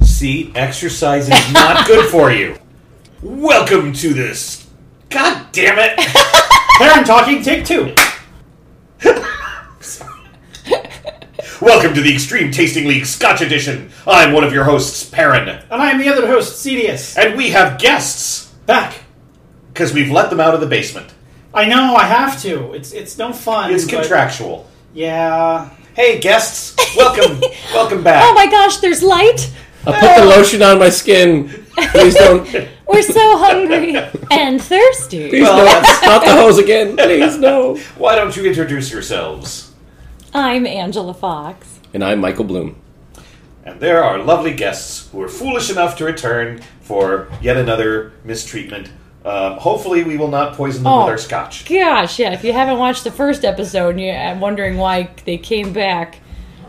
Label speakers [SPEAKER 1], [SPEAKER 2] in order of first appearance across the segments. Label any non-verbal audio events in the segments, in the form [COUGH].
[SPEAKER 1] See, exercise is not good for you. Welcome to this. God damn it!
[SPEAKER 2] Karen talking, take two.
[SPEAKER 1] Welcome to the Extreme Tasting League Scotch Edition. I'm one of your hosts, Perrin,
[SPEAKER 2] And I am the other host, Cedius.
[SPEAKER 1] and we have guests
[SPEAKER 2] Back.
[SPEAKER 1] because we've let them out of the basement.
[SPEAKER 2] I know, I have to. It's it's no fun.
[SPEAKER 1] It's
[SPEAKER 2] but-
[SPEAKER 1] contractual.
[SPEAKER 2] Yeah.
[SPEAKER 1] Hey, guests, [LAUGHS] welcome, welcome back.
[SPEAKER 3] Oh my gosh, there's light.
[SPEAKER 4] I put the lotion on my skin. Please
[SPEAKER 1] [LAUGHS]
[SPEAKER 4] don't.
[SPEAKER 3] We're so hungry
[SPEAKER 2] [LAUGHS]
[SPEAKER 3] and thirsty.
[SPEAKER 4] Please
[SPEAKER 1] Well,
[SPEAKER 4] don't.
[SPEAKER 1] that's-
[SPEAKER 4] Not the hose again. Please no.
[SPEAKER 1] Why don't you introduce yourselves?
[SPEAKER 3] I'm Angela Fox.
[SPEAKER 4] And I'm Michael Bloom.
[SPEAKER 1] And there are lovely guests who are foolish enough to return for yet another mistreatment. Um, hopefully, we will not poison them
[SPEAKER 3] Oh.
[SPEAKER 1] with our scotch.
[SPEAKER 3] Gosh, yeah, if you haven't watched the first episode and you're wondering why they came back,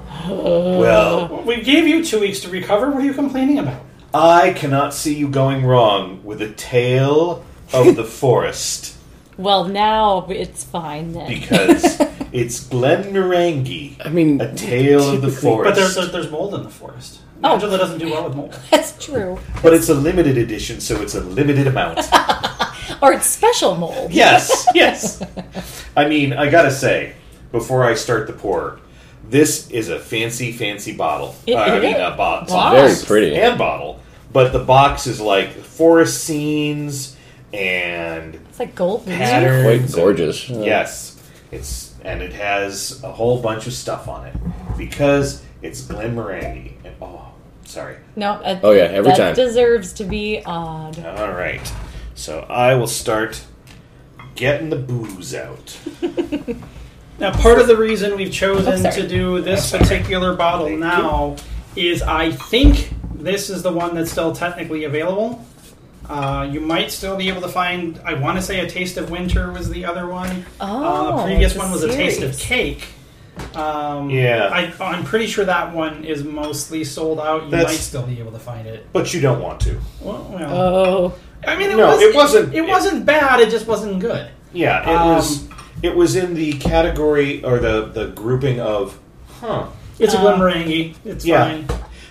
[SPEAKER 3] [SIGHS]
[SPEAKER 1] Well,
[SPEAKER 2] We gave you two weeks to recover. What are you complaining about?
[SPEAKER 1] I cannot see you going wrong with a tale of the forest
[SPEAKER 3] well, now it's fine then.
[SPEAKER 1] because it's Glen Merengue,
[SPEAKER 4] I mean,
[SPEAKER 1] a tale of the
[SPEAKER 2] But
[SPEAKER 1] forest.
[SPEAKER 2] there's there's mold in the forest.
[SPEAKER 3] Oh.
[SPEAKER 2] Angela doesn't do well with mold.
[SPEAKER 3] [LAUGHS] That's true.
[SPEAKER 1] but it's a limited edition, so it's a limited amount.
[SPEAKER 3] Or it's special mold.
[SPEAKER 1] Yes, yes. I mean, I gotta say, before I start the pour, this is a fancy, fancy bottle.
[SPEAKER 3] It
[SPEAKER 1] I
[SPEAKER 3] is.
[SPEAKER 1] mean, a bo- it's a
[SPEAKER 3] Wow.
[SPEAKER 4] Very
[SPEAKER 1] box
[SPEAKER 4] pretty.
[SPEAKER 1] and bottle, but the box is like forest scenes and
[SPEAKER 3] It's like gold leaf.
[SPEAKER 1] patterns.
[SPEAKER 4] quite gorgeous.
[SPEAKER 1] Yes, it's and it has a whole bunch of stuff on it because it's Glenmorangie. And, oh, sorry.
[SPEAKER 3] No, uh,
[SPEAKER 4] Oh, yeah, every
[SPEAKER 3] that
[SPEAKER 4] time.
[SPEAKER 3] deserves to be odd.
[SPEAKER 1] All right, so I will start getting the booze out.
[SPEAKER 2] Now, part of the reason we've
[SPEAKER 3] Oh,
[SPEAKER 2] chosen
[SPEAKER 3] sorry.
[SPEAKER 2] to do this
[SPEAKER 1] That's all right.
[SPEAKER 2] particular bottle
[SPEAKER 1] Thank
[SPEAKER 2] now is I think this is the one that's still technically available. Uh, you might still be able to find, I want to say A Taste of Winter was the other one.
[SPEAKER 3] Oh,
[SPEAKER 2] uh, previous
[SPEAKER 3] it's a
[SPEAKER 2] one was A Taste of
[SPEAKER 3] series.
[SPEAKER 2] Cake. Um,
[SPEAKER 1] Yeah.
[SPEAKER 2] I, I'm pretty sure that one is mostly sold out. You
[SPEAKER 1] That's-
[SPEAKER 2] might still be able to find it.
[SPEAKER 1] But you don't want to.
[SPEAKER 2] Well, well,
[SPEAKER 3] Oh,
[SPEAKER 2] I mean, it,
[SPEAKER 1] no,
[SPEAKER 2] was,
[SPEAKER 1] it wasn't-
[SPEAKER 2] It, wasn't bad. It just wasn't good.
[SPEAKER 1] Yeah, it
[SPEAKER 2] Um,
[SPEAKER 1] was. It was in the category or the the grouping of, huh?
[SPEAKER 2] It's a
[SPEAKER 3] Um,
[SPEAKER 2] Glenmorangie. It's
[SPEAKER 1] Yeah.
[SPEAKER 2] fine.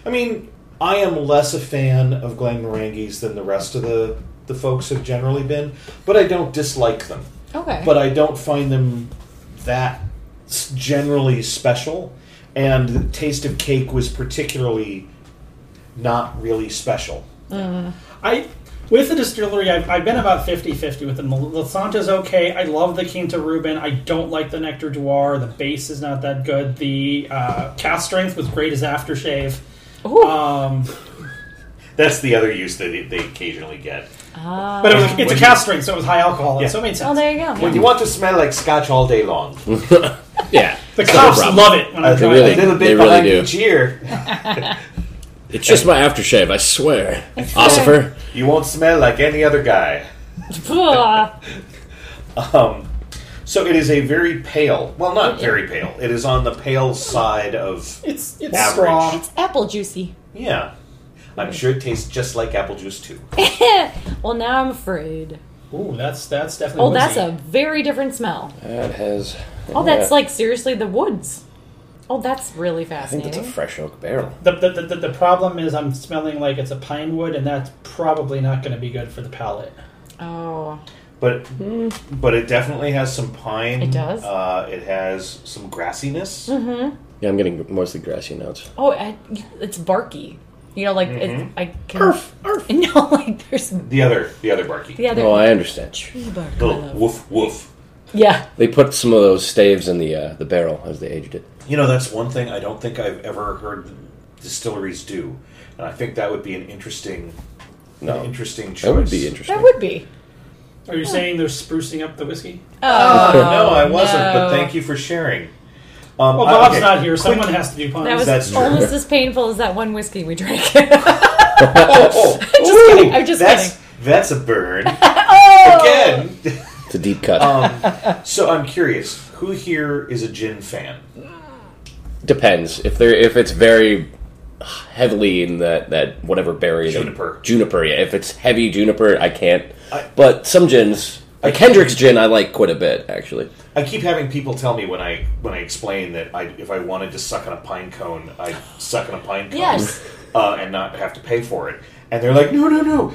[SPEAKER 1] I mean, I am less a fan of Glenmorangis than the rest of the the folks have generally been, but I don't dislike them.
[SPEAKER 3] okay.
[SPEAKER 1] But I don't find them that s- generally special, and the taste of cake was particularly not really special.
[SPEAKER 2] I with the distillery, I've, I've been about 50-50 with them. The Santa's okay. I love the Quinta Rubin. I don't like the Nectar Noir. The base is not that good. The uh, cast strength was great as aftershave.
[SPEAKER 3] Ooh.
[SPEAKER 2] Um,
[SPEAKER 1] That's the other use that it, they occasionally get.
[SPEAKER 3] Ah.
[SPEAKER 2] but it was,
[SPEAKER 1] When
[SPEAKER 2] it's a
[SPEAKER 1] you-
[SPEAKER 2] cast strength, so it was high alcohol,
[SPEAKER 1] Yeah.
[SPEAKER 2] so it made sense.
[SPEAKER 3] oh, there you go.
[SPEAKER 1] When you want to smell like scotch all day long,
[SPEAKER 4] Yeah.
[SPEAKER 2] the
[SPEAKER 4] it's not a
[SPEAKER 2] cops
[SPEAKER 4] problem.
[SPEAKER 2] love it when I'm
[SPEAKER 1] a
[SPEAKER 2] driving.
[SPEAKER 4] really-
[SPEAKER 1] little bit
[SPEAKER 4] they really
[SPEAKER 1] behind
[SPEAKER 4] do.
[SPEAKER 1] each ear.
[SPEAKER 4] It's just my aftershave. I swear.
[SPEAKER 3] fair.
[SPEAKER 4] Ossifer.
[SPEAKER 1] You won't smell like any other guy.
[SPEAKER 3] Ah.
[SPEAKER 1] Um, so it is a very pale. Well, not very pale. It is on the pale side of.
[SPEAKER 2] It's it's
[SPEAKER 1] Average.
[SPEAKER 2] strong.
[SPEAKER 3] it's apple juicy.
[SPEAKER 1] Yeah, I'm sure it tastes just like apple juice too.
[SPEAKER 3] well, now I'm afraid.
[SPEAKER 2] Ooh, that's that's definitely.
[SPEAKER 3] Oh, that's a
[SPEAKER 2] woodsy.
[SPEAKER 3] very different smell.
[SPEAKER 4] That has.
[SPEAKER 3] Oh, that's
[SPEAKER 4] yeah.
[SPEAKER 3] like seriously the woods. Oh, that's really
[SPEAKER 4] I think that's a
[SPEAKER 3] fascinating.
[SPEAKER 4] fresh oak barrel.
[SPEAKER 2] The, the, the, the- the problem is I'm smelling like it's a pine wood, and that's probably not going to be good for the palate.
[SPEAKER 3] oh,
[SPEAKER 1] But but it definitely has some pine.
[SPEAKER 3] Hmm. It does? Hmm.
[SPEAKER 1] Uh, it has some grassiness.
[SPEAKER 4] Yeah, I'm getting mostly grassy notes.
[SPEAKER 3] oh, I, it's barky. You know, like it's,
[SPEAKER 1] Mm-hmm.
[SPEAKER 3] I can.
[SPEAKER 4] Arf, arf.
[SPEAKER 3] [LAUGHS] No, like there's
[SPEAKER 1] The other the other barky.
[SPEAKER 3] the other
[SPEAKER 4] Oh, I understand.
[SPEAKER 3] tree bark. I
[SPEAKER 1] Little
[SPEAKER 3] love.
[SPEAKER 1] woof woof.
[SPEAKER 3] Yeah,
[SPEAKER 4] They put some of those staves in the uh, the barrel as they aged it.
[SPEAKER 1] You know that's one thing I don't think I've ever heard distilleries do, and I think that would be an interesting
[SPEAKER 4] No,
[SPEAKER 1] an interesting choice.
[SPEAKER 4] that would be interesting.
[SPEAKER 3] that would be.
[SPEAKER 2] Are you saying they're sprucing up the whiskey?
[SPEAKER 3] Oh,
[SPEAKER 1] [LAUGHS] no, I wasn't. But
[SPEAKER 3] no.
[SPEAKER 1] thank you for sharing. Um,
[SPEAKER 2] Well,
[SPEAKER 1] I-
[SPEAKER 2] Bob's
[SPEAKER 1] okay,
[SPEAKER 2] not here.
[SPEAKER 1] quick-
[SPEAKER 2] Someone has to do puns.
[SPEAKER 3] That was
[SPEAKER 1] That's true.
[SPEAKER 3] almost as painful as that one whiskey we drank. [LAUGHS] oh,
[SPEAKER 1] Oh, oh,
[SPEAKER 3] [LAUGHS] just
[SPEAKER 1] ooh,
[SPEAKER 3] kidding, I'm just
[SPEAKER 1] that's,
[SPEAKER 3] kidding. Oh!
[SPEAKER 1] That's a
[SPEAKER 3] [LAUGHS]
[SPEAKER 1] burn again.
[SPEAKER 4] It's a deep cut.
[SPEAKER 1] Um, so I'm curious, who here is a gin fan?
[SPEAKER 4] Depends if they're if it's very heavily in that that whatever berry they-
[SPEAKER 1] Juniper.
[SPEAKER 4] juniper. Yeah, if it's heavy juniper, I can't.
[SPEAKER 1] I-
[SPEAKER 4] but some gins,
[SPEAKER 1] I-
[SPEAKER 4] like Kendrick's gin, I like quite a bit actually.
[SPEAKER 1] I keep having people tell me when I when I explain that I, if I wanted to suck on a pine cone, I'd suck on a pine cone.
[SPEAKER 3] Yes.
[SPEAKER 1] uh, and not have to pay for it. And they're like, no, no, no.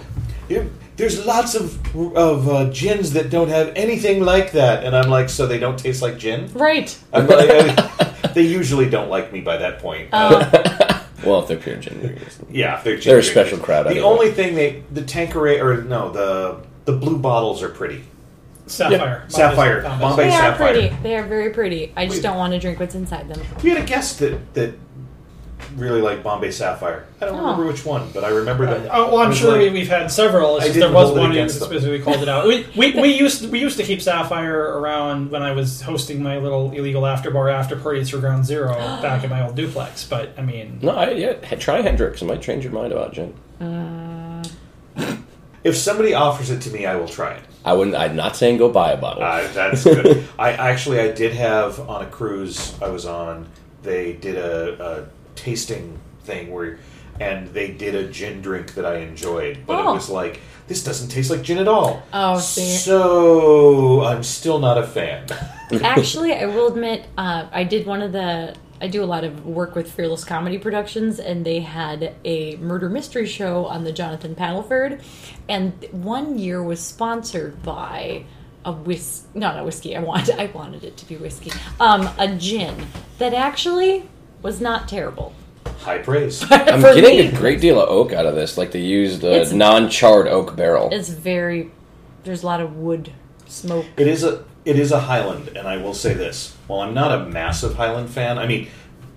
[SPEAKER 1] You- There's lots of of uh, gins that don't have anything like that. And I'm like, so they don't taste like gin.
[SPEAKER 3] Right.
[SPEAKER 1] I'm like, I- [LAUGHS] they usually don't like me by that point. Uh,
[SPEAKER 4] Well, if they're pure gin drinkers.
[SPEAKER 1] yeah, if they're gin
[SPEAKER 4] They're a
[SPEAKER 1] drinkers.
[SPEAKER 4] special crowd,
[SPEAKER 1] The
[SPEAKER 4] anyway.
[SPEAKER 1] only thing they the Tanqueray or no the the blue bottles are pretty.
[SPEAKER 2] Sapphire. Bombay's
[SPEAKER 1] Sapphire.
[SPEAKER 2] Bombay.
[SPEAKER 1] Bombay.
[SPEAKER 3] They are
[SPEAKER 1] sapphire.
[SPEAKER 3] pretty. They are very pretty. I
[SPEAKER 1] Wait.
[SPEAKER 3] just don't want to drink what's inside them.
[SPEAKER 1] We had a guest that that really liked Bombay Sapphire. I don't
[SPEAKER 3] Oh.
[SPEAKER 1] remember which one, but I remember that.
[SPEAKER 2] Oh, well,
[SPEAKER 1] it
[SPEAKER 2] I'm
[SPEAKER 1] was
[SPEAKER 2] sure
[SPEAKER 1] like-
[SPEAKER 2] we, we've had several. It's
[SPEAKER 1] I
[SPEAKER 2] just there
[SPEAKER 1] didn't
[SPEAKER 2] was
[SPEAKER 1] hold it
[SPEAKER 2] one in
[SPEAKER 1] against them.
[SPEAKER 2] specifically we called it out. We, we, we used we used to keep Sapphire around when I was hosting my little illegal after bar after parties for Ground Zero back in my old duplex. But I mean,
[SPEAKER 4] No, I, yeah, he- try Hendrix. It might change your mind about gin.
[SPEAKER 3] Uh,
[SPEAKER 1] If somebody offers it to me, I will try it.
[SPEAKER 4] I wouldn't. I'm not saying go buy a bottle.
[SPEAKER 1] Uh, that's
[SPEAKER 2] [LAUGHS]
[SPEAKER 1] good. I actually I did have on a cruise I was on. They did a, a tasting thing where, and they did a gin drink that I enjoyed, but
[SPEAKER 3] Oh.
[SPEAKER 1] it was like this doesn't taste like gin at all.
[SPEAKER 3] Oh, see.
[SPEAKER 1] so I'm still not a fan. [LAUGHS]
[SPEAKER 3] Actually, I will admit, uh, I did one of the. I do a lot of work with Fearless Comedy Productions, and they had a murder mystery show on the Jonathan Paddleford, and one year was sponsored by a whis not a whiskey. I wanted I wanted it to be whiskey. Um, a gin that actually was not terrible.
[SPEAKER 1] High praise.
[SPEAKER 4] I'm
[SPEAKER 3] For
[SPEAKER 4] getting
[SPEAKER 3] me.
[SPEAKER 4] a great deal of oak out of this. Like they used
[SPEAKER 3] It's-
[SPEAKER 4] a non-charred oak barrel.
[SPEAKER 3] It's very. There's a lot of wood smoke.
[SPEAKER 1] It is a it is a Highland, and I will say this: while I'm not a massive Highland fan, I mean,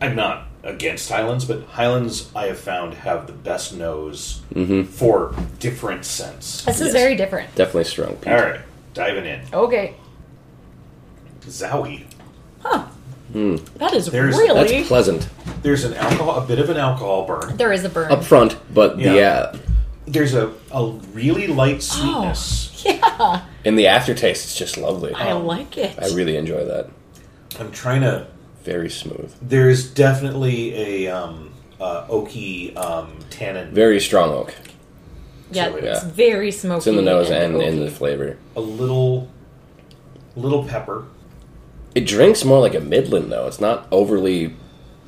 [SPEAKER 1] I'm not against Highlands, but Highlands I have found have the best nose for different scents.
[SPEAKER 3] This is
[SPEAKER 4] Yes.
[SPEAKER 3] very different.
[SPEAKER 4] Definitely strong.
[SPEAKER 1] All right, diving in.
[SPEAKER 3] Okay.
[SPEAKER 1] Zowie.
[SPEAKER 4] Hmm.
[SPEAKER 3] That is
[SPEAKER 1] There's-
[SPEAKER 3] really
[SPEAKER 4] That's pleasant
[SPEAKER 1] There's an alcohol, a bit of an alcohol burn.
[SPEAKER 3] there is a burn.
[SPEAKER 4] up front, but
[SPEAKER 1] Yeah.
[SPEAKER 4] the uh,
[SPEAKER 1] There's a, a really light
[SPEAKER 3] oh,
[SPEAKER 1] sweetness.
[SPEAKER 3] [LAUGHS] yeah,
[SPEAKER 4] in the aftertaste, it's just lovely.
[SPEAKER 3] I like it.
[SPEAKER 4] Um, I really enjoy that.
[SPEAKER 1] I'm trying to.
[SPEAKER 4] Very smooth.
[SPEAKER 1] There's definitely a um, uh, oaky um, tannin,
[SPEAKER 4] Very strong oak.
[SPEAKER 3] yeah,
[SPEAKER 1] So,
[SPEAKER 3] it's
[SPEAKER 4] yeah.
[SPEAKER 3] very smoky.
[SPEAKER 4] It's in the nose and in
[SPEAKER 3] oaky.
[SPEAKER 4] the flavor.
[SPEAKER 1] a little little pepper.
[SPEAKER 4] It drinks more like a Midland though. It's not overly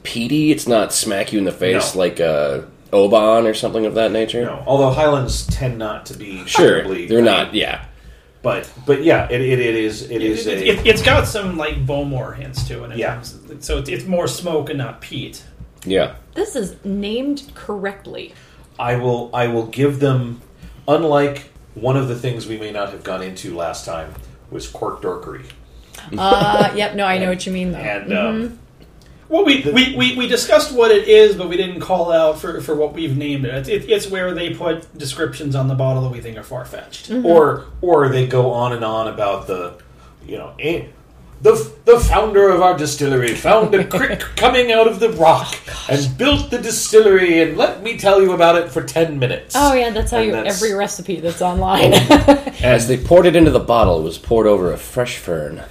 [SPEAKER 4] peaty. It's not smack you in the face
[SPEAKER 1] No.
[SPEAKER 4] like a Oban or something of that nature.
[SPEAKER 1] No, although Highlands tend not to be
[SPEAKER 4] Sure,
[SPEAKER 1] terribly-
[SPEAKER 4] they're not. Yeah,
[SPEAKER 1] but but yeah, it, it, it is it is
[SPEAKER 2] it,
[SPEAKER 1] a
[SPEAKER 2] it, has got some like Bowmore hints to it. in
[SPEAKER 1] Yeah.
[SPEAKER 2] terms- so it's, it's more smoke and not peat.
[SPEAKER 4] yeah.
[SPEAKER 3] This is named
[SPEAKER 1] [LAUGHS]
[SPEAKER 3] correctly.
[SPEAKER 1] I will I will give them unlike one of the things we may not have gone into last time was cork dorkery
[SPEAKER 3] Uh, yep. No, I know what you mean though.
[SPEAKER 1] and
[SPEAKER 2] Mm-hmm.
[SPEAKER 1] um,
[SPEAKER 2] Well, we, we, we, we discussed what it is, but we didn't call out for, for what we've named it. It's, it. it's where they put descriptions on the bottle that we think are far fetched.
[SPEAKER 3] Mm.
[SPEAKER 1] or or they go on and on about the you know eh, the f- the founder of our distillery found
[SPEAKER 2] [LAUGHS]
[SPEAKER 1] a creek coming out of the rock
[SPEAKER 2] Oh
[SPEAKER 1] and built the distillery and let me tell you about it for ten minutes.
[SPEAKER 3] Oh yeah, that's how
[SPEAKER 1] And
[SPEAKER 3] you
[SPEAKER 1] that's-
[SPEAKER 3] every recipe
[SPEAKER 1] [LAUGHS]
[SPEAKER 3] that's online. [LAUGHS]
[SPEAKER 4] As they poured it into the bottle, it was poured over a fresh fern.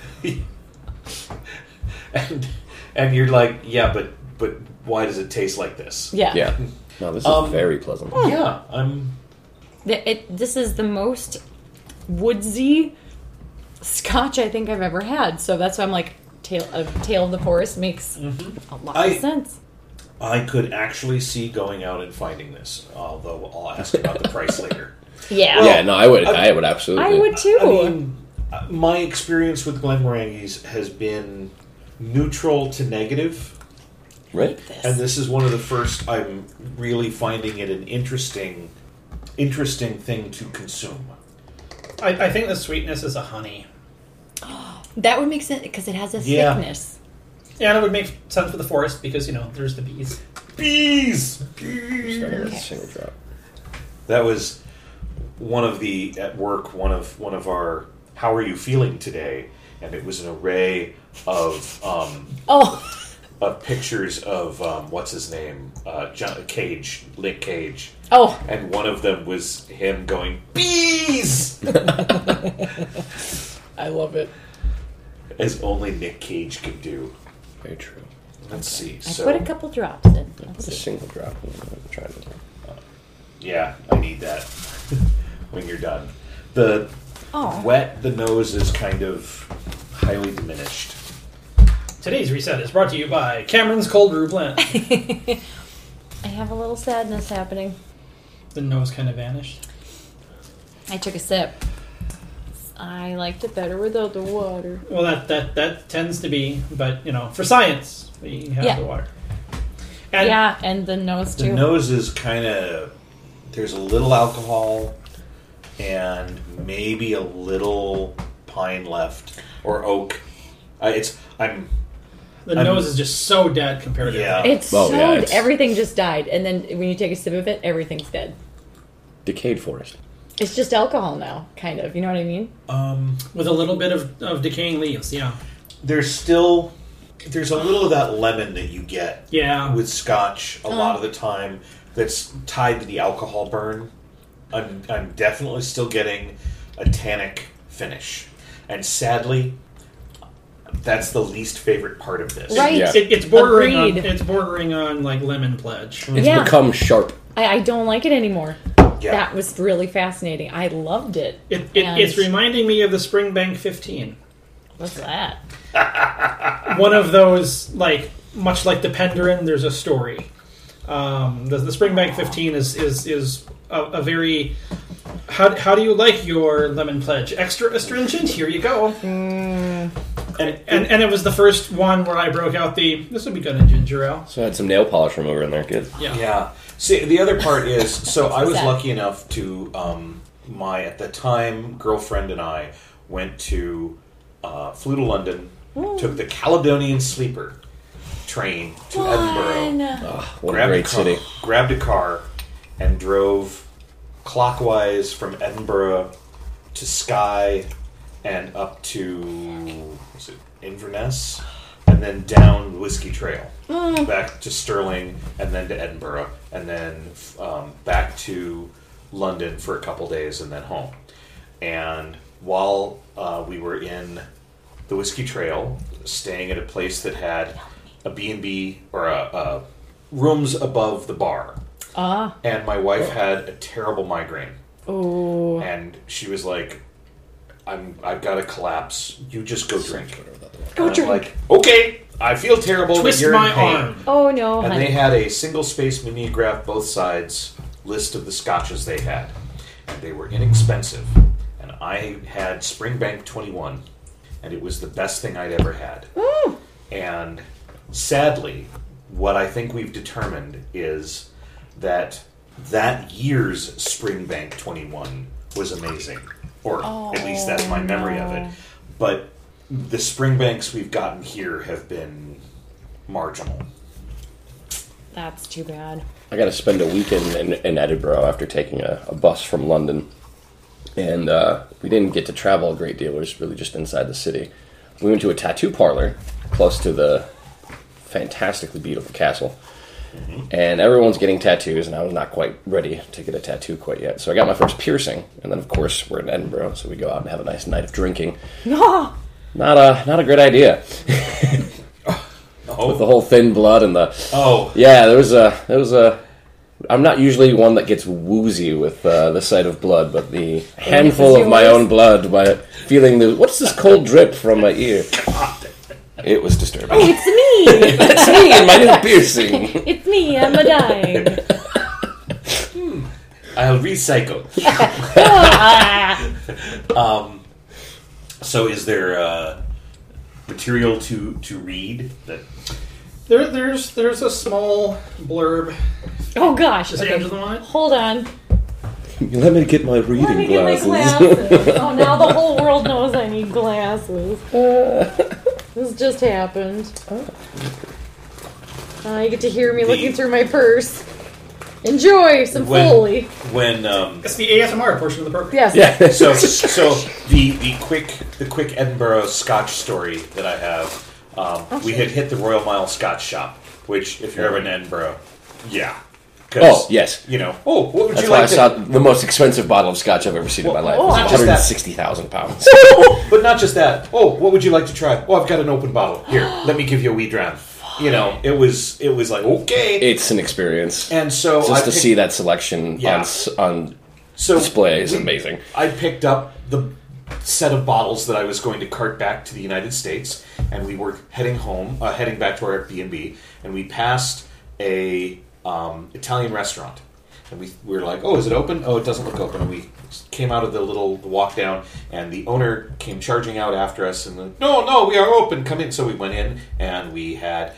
[SPEAKER 1] and and you're like yeah, but but why does it taste like this?
[SPEAKER 3] yeah.
[SPEAKER 4] Yeah. No, this is
[SPEAKER 1] Um,
[SPEAKER 4] very pleasant.
[SPEAKER 1] yeah, I'm
[SPEAKER 3] The- it- this is the most woodsy Scotch I think I've ever had. So that's why I'm like, tail of tail of the forest makes a lot
[SPEAKER 1] Mm-hmm. I-
[SPEAKER 3] of sense.
[SPEAKER 1] I could actually see going out and finding this, although I'll ask about the price later.
[SPEAKER 3] Yeah.
[SPEAKER 4] yeah, no, I would,
[SPEAKER 1] I-
[SPEAKER 4] I, would absolutely.
[SPEAKER 3] I would too.
[SPEAKER 1] I mean, uh, my experience with Glenmorangie's has been neutral to negative,
[SPEAKER 4] Right?
[SPEAKER 1] and this is one of the first I'm really finding it an interesting, interesting thing to consume.
[SPEAKER 2] I, I think the sweetness is a honey.
[SPEAKER 3] that would make sense because it has a
[SPEAKER 1] Yeah.
[SPEAKER 3] thickness.
[SPEAKER 2] And it would make sense for the forest because, you know, there's the bees.
[SPEAKER 1] Bees.
[SPEAKER 4] Starting with a
[SPEAKER 3] Okay.
[SPEAKER 4] single drop.
[SPEAKER 1] That was one of the at work one of one of our how are you feeling today, and it was an array of. Um,
[SPEAKER 3] Oh.
[SPEAKER 1] of pictures of um, what's his name, uh, John Cage, Nick Cage,
[SPEAKER 3] Oh,
[SPEAKER 1] and one of them was him going bees, [LAUGHS]
[SPEAKER 4] I love it.
[SPEAKER 1] as only Nick Cage could do.
[SPEAKER 4] Very true.
[SPEAKER 1] Let's see.
[SPEAKER 3] I
[SPEAKER 1] So
[SPEAKER 3] put a couple drops in.
[SPEAKER 4] It's a single drop. I'm gonna try to-
[SPEAKER 1] yeah, I need that [LAUGHS] when you're done. The
[SPEAKER 3] Oh,
[SPEAKER 1] wet, the nose is kind of highly diminished.
[SPEAKER 3] [LAUGHS]
[SPEAKER 2] Today's reset is brought to you by Cameron's Cold Brew Blend.
[SPEAKER 3] I have a little sadness happening.
[SPEAKER 2] The nose kind of vanished.
[SPEAKER 3] I took a sip. I liked it better without the water.
[SPEAKER 2] Well, that that that tends to be, but you know, for science, we have
[SPEAKER 3] Yeah.
[SPEAKER 2] the water. And
[SPEAKER 3] yeah, and the nose
[SPEAKER 1] The
[SPEAKER 3] too.
[SPEAKER 1] nose is kind of there's a little alcohol and maybe a little pine left or oak. I it's I'm
[SPEAKER 2] the
[SPEAKER 1] I'm-
[SPEAKER 2] nose is just so dead compared to
[SPEAKER 1] Yeah.
[SPEAKER 3] it's
[SPEAKER 4] Oh,
[SPEAKER 3] so
[SPEAKER 4] yeah, it's-
[SPEAKER 3] everything just died, and then when you take a sip of it, everything's dead.
[SPEAKER 4] Decayed forest.
[SPEAKER 3] It's just alcohol now, kind of. You know what I mean?
[SPEAKER 1] um
[SPEAKER 2] with a little bit of, of decaying leaves. Yeah,
[SPEAKER 1] there's still there's a little of that lemon that you get
[SPEAKER 2] yeah.
[SPEAKER 1] with scotch a
[SPEAKER 3] Uh-huh.
[SPEAKER 1] lot of the time that's tied to the alcohol burn. I'm I'm definitely still getting a tannic finish. And sadly that's the least favorite part of this.
[SPEAKER 3] Right.
[SPEAKER 4] Yeah.
[SPEAKER 2] It, it's bordering on,
[SPEAKER 3] Agreed.
[SPEAKER 2] it's bordering on like lemon pledge.
[SPEAKER 1] Mm.
[SPEAKER 4] It's
[SPEAKER 3] Yeah.
[SPEAKER 4] become sharp.
[SPEAKER 3] I, I don't like it anymore.
[SPEAKER 1] Yeah.
[SPEAKER 3] That was really fascinating. I loved it.
[SPEAKER 2] It, it,
[SPEAKER 3] And-
[SPEAKER 2] it's reminding me of the Springbank 15.
[SPEAKER 3] What's that?
[SPEAKER 1] Ah.
[SPEAKER 2] One of those, like, much like the Penderin, there's a story. Um, the, the Springbank 15 is is, is a, a very. How, how do you like your lemon pledge? Extra astringent? Here you go.
[SPEAKER 1] Mm. And,
[SPEAKER 2] And, and it was the first one where I broke out the. This would be good in ginger ale.
[SPEAKER 4] So I had some nail polish remover in there. Good.
[SPEAKER 2] Yeah.
[SPEAKER 1] Yeah. See, the other part is so I was
[SPEAKER 3] sad.
[SPEAKER 1] lucky enough to um, my at the time girlfriend and I went to uh, flew to London, took the Caledonian sleeper train to Edinburgh, Oh,
[SPEAKER 3] Fun.
[SPEAKER 4] What a
[SPEAKER 1] grabbed
[SPEAKER 4] great
[SPEAKER 1] a car,
[SPEAKER 4] city.
[SPEAKER 1] grabbed a car, and drove clockwise from Edinburgh to Skye and up to was it Inverness, and then down Whiskey Trail, back to Stirling, and then to Edinburgh, and then um, back to London for a couple days, and then home. And while uh, we were in the Whiskey Trail, staying at a place that had a B and B or a, a rooms above the bar,
[SPEAKER 3] Ah.
[SPEAKER 1] and my wife had a terrible migraine
[SPEAKER 3] Oh.
[SPEAKER 1] and she was like, "I'm I've got to collapse. You just go drink."
[SPEAKER 3] Go
[SPEAKER 1] And I'm
[SPEAKER 3] drink.
[SPEAKER 1] Like, okay, I feel terrible. but
[SPEAKER 2] Twist
[SPEAKER 1] you're in
[SPEAKER 2] my
[SPEAKER 1] pain."
[SPEAKER 2] arm.
[SPEAKER 3] Oh no,
[SPEAKER 1] And
[SPEAKER 3] honey.
[SPEAKER 1] they had a single space mimeograph both sides list of the scotches they had, and they were inexpensive. And I had Springbank Twenty One, and it was the best thing I'd ever had. And sadly, what I think we've determined is that that year's Springbank 21 was amazing. Or at least that's my memory
[SPEAKER 3] Oh,
[SPEAKER 1] of it. But the Springbanks we've gotten here have been marginal.
[SPEAKER 3] That's too bad. [LAUGHS]
[SPEAKER 4] I got to spend a weekend in, in Edinburgh after taking a, a bus from London. And uh, we didn't get to travel a great deal. We were just really just inside the city. We went to a tattoo parlor close to the fantastically beautiful castle. And everyone's getting tattoos, and I was not quite ready to get a tattoo quite yet. So I got my first piercing. And then, of course, we're in Edinburgh, so we go out and have a nice night of drinking.
[SPEAKER 3] No.
[SPEAKER 4] Not a, not a great idea.
[SPEAKER 1] Oh,
[SPEAKER 4] The whole thin blood and the
[SPEAKER 1] oh
[SPEAKER 4] Yeah, there was a there was a. I'm not usually one that gets woozy with uh, the sight of blood, but the handful of my
[SPEAKER 3] yours.
[SPEAKER 4] own blood, by feeling the what's this cold drip from my ear? It was disturbing.
[SPEAKER 3] It's
[SPEAKER 1] [LAUGHS]
[SPEAKER 3] me.
[SPEAKER 4] That's me and my new piercing.
[SPEAKER 3] it's me. I'm
[SPEAKER 1] [LAUGHS]
[SPEAKER 3] a dying.
[SPEAKER 1] I'll recycle.
[SPEAKER 3] Ah.
[SPEAKER 1] So is there uh, material to, to read that
[SPEAKER 2] There, there's there's a small blurb.
[SPEAKER 3] oh gosh.
[SPEAKER 2] Does
[SPEAKER 3] Okay.
[SPEAKER 2] Angela want it?
[SPEAKER 3] Hold on.
[SPEAKER 4] [LAUGHS] Let me get my reading
[SPEAKER 3] Let me get my
[SPEAKER 4] glasses.
[SPEAKER 3] glasses. oh, now the whole world knows I need glasses. this just happened. Uh, you get to hear me
[SPEAKER 1] The-
[SPEAKER 3] looking through my purse. Enjoy some
[SPEAKER 1] When-
[SPEAKER 3] Foley.
[SPEAKER 1] when um,
[SPEAKER 2] It's the ASMR portion of the program.
[SPEAKER 3] Yes.
[SPEAKER 4] [LAUGHS] yeah,
[SPEAKER 1] so so the the quick the quick Edinburgh Scotch story that I have. Um, we had hit the Royal Mile Scotch Shop, which if you're ever in Edinburgh, yeah. 'Cause,
[SPEAKER 4] Oh, yes.
[SPEAKER 1] You know. Oh, what would
[SPEAKER 4] that's
[SPEAKER 1] you
[SPEAKER 4] why I
[SPEAKER 1] like?
[SPEAKER 4] saw
[SPEAKER 1] To,
[SPEAKER 4] the most expensive bottle of scotch I've ever seen in my life. It was
[SPEAKER 1] not just that.
[SPEAKER 4] 160,000
[SPEAKER 1] [LAUGHS]
[SPEAKER 4] pounds.
[SPEAKER 1] but not just that. Oh, what would you like to try? Oh, I've got an open bottle
[SPEAKER 4] [GASPS]
[SPEAKER 1] here. let me give you a wee dram. You know, it was it was like okay.
[SPEAKER 4] It's an experience.
[SPEAKER 1] and so I
[SPEAKER 4] Just to
[SPEAKER 1] picked-
[SPEAKER 4] see that selection
[SPEAKER 1] Yeah.
[SPEAKER 4] on s on
[SPEAKER 1] so
[SPEAKER 4] display is
[SPEAKER 1] we-
[SPEAKER 4] amazing.
[SPEAKER 1] I picked up the set of bottles that I was going to cart back to the United States, and we were heading home, uh, heading back to our B and B, and we passed a um, Italian restaurant. And we, we were like, oh, is it open? Oh, it doesn't look open. And we came out of the little walk down, and the owner came charging out after us and, like, no, no, we are open, come in. So we went in, and we had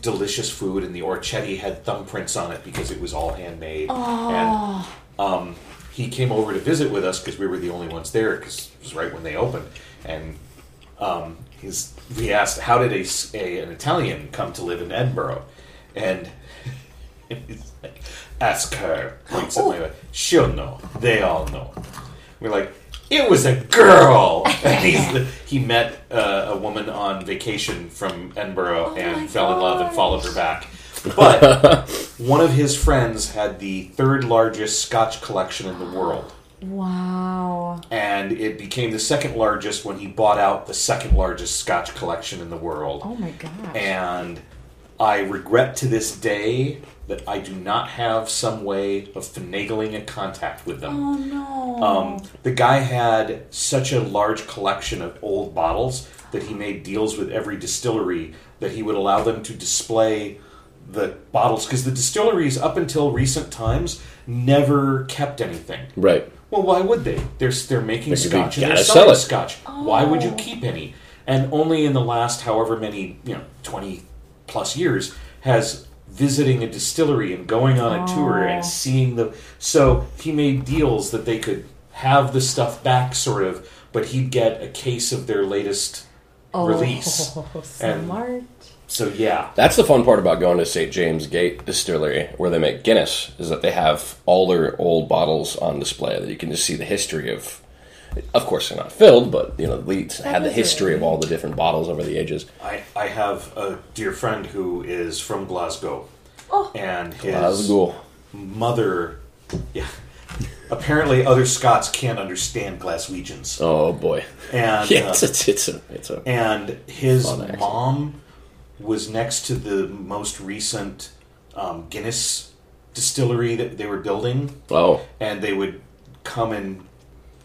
[SPEAKER 1] delicious food, and the orchetti had thumbprints on it because it was all handmade. And um, he came over to visit with us because we were the only ones there because it was right when they opened. And um, he's, he asked, "How did a, s- a- an Italian come to live in Edinburgh?" And [LAUGHS] he's like, "Ask her." Points at my- She'll know. They all know. We're like, "It was a girl." and he's the, he met uh, a woman on vacation from Edinburgh
[SPEAKER 3] my
[SPEAKER 1] and fell in love and
[SPEAKER 3] gosh.
[SPEAKER 1] followed her back. But one of his friends had the third largest Scotch collection in the world
[SPEAKER 3] Wow.
[SPEAKER 1] and it became the second largest when he bought out the second largest scotch collection in the world.
[SPEAKER 3] Oh my gosh.
[SPEAKER 1] And I regret to this day that I do not have some way of finagling a contact with them.
[SPEAKER 3] oh no.
[SPEAKER 1] Um, the guy had such a large collection of old bottles that he made deals with every distillery that he would allow them to display the bottles because the distilleries up until recent times never kept anything.
[SPEAKER 4] Right.
[SPEAKER 1] Well, why would they? They're they're making
[SPEAKER 4] Because
[SPEAKER 1] scotch
[SPEAKER 4] they
[SPEAKER 1] and they're
[SPEAKER 4] gotta
[SPEAKER 1] selling
[SPEAKER 4] sell it.
[SPEAKER 1] scotch. Why would you
[SPEAKER 3] Oh.
[SPEAKER 1] keep any? And only in the last however many you know twenty plus years has visiting a distillery and going on a tour
[SPEAKER 3] Oh.
[SPEAKER 1] and seeing the so he made deals that they could have the stuff back sort of, but he'd get a case of their latest
[SPEAKER 3] [LAUGHS]
[SPEAKER 1] release.
[SPEAKER 3] Oh,
[SPEAKER 1] And-
[SPEAKER 3] smart.
[SPEAKER 1] So yeah,
[SPEAKER 4] That's the fun part about going to St. James Gate Distillery, where they make Guinness, is that they have all their old bottles on display that you can just see the history of. Of course, they're not filled, but you know, they had the
[SPEAKER 3] is
[SPEAKER 4] history of all the different bottles over the ages.
[SPEAKER 1] I I have a dear friend who is from Glasgow,
[SPEAKER 3] Oh.
[SPEAKER 1] and his
[SPEAKER 4] Glasgow.
[SPEAKER 1] mother. Yeah. Apparently, other Scots can't understand Glaswegians,
[SPEAKER 4] Oh boy, [LAUGHS]
[SPEAKER 1] and
[SPEAKER 4] yeah,
[SPEAKER 1] uh,
[SPEAKER 4] it's, it's it's a it's a
[SPEAKER 1] and his
[SPEAKER 4] Fun accent.
[SPEAKER 1] mom was next to the most recent um, Guinness distillery that they were building,
[SPEAKER 4] oh
[SPEAKER 1] and they would come and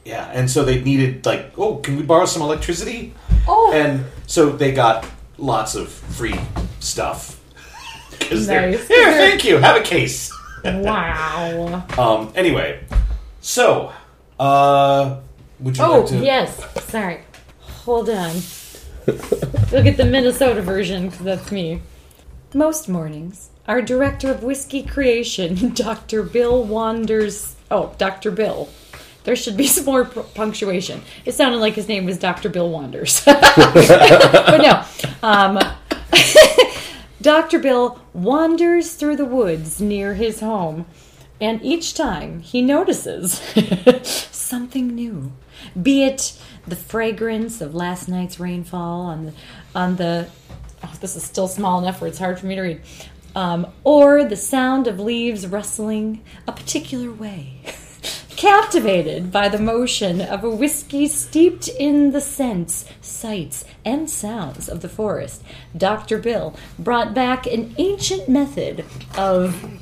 [SPEAKER 1] yeah, and so they needed like, oh, can we borrow some electricity?
[SPEAKER 3] Oh.
[SPEAKER 1] And so they got lots of free stuff. [LAUGHS] 'Cause they're,
[SPEAKER 3] Nice.
[SPEAKER 1] Here, thank you. Have a case.
[SPEAKER 3] wow.
[SPEAKER 1] Um, anyway, so uh, would you
[SPEAKER 3] Oh
[SPEAKER 1] like to?
[SPEAKER 3] yes. Sorry. Hold on. Look at the Minnesota version because that's me. Most mornings, our director of whiskey creation, [LAUGHS] Dr. Bill Wanders. Oh, Dr. Bill. There should be [LAUGHS] some more punctuation. It sounded like his name was Dr. Bill Wanders. [LAUGHS] but no. Um, Dr. Bill wanders through the woods near his home, and each time he notices [LAUGHS] something new, be it the fragrance of last night's rainfall on the on the oh, this is still small enough where it's hard for me to read. Um, or the sound of leaves rustling a particular way. [LAUGHS] Captivated by the motion of a whiskey steeped in the scents, sights, and sounds of the forest, Dr. Bill brought back an ancient method of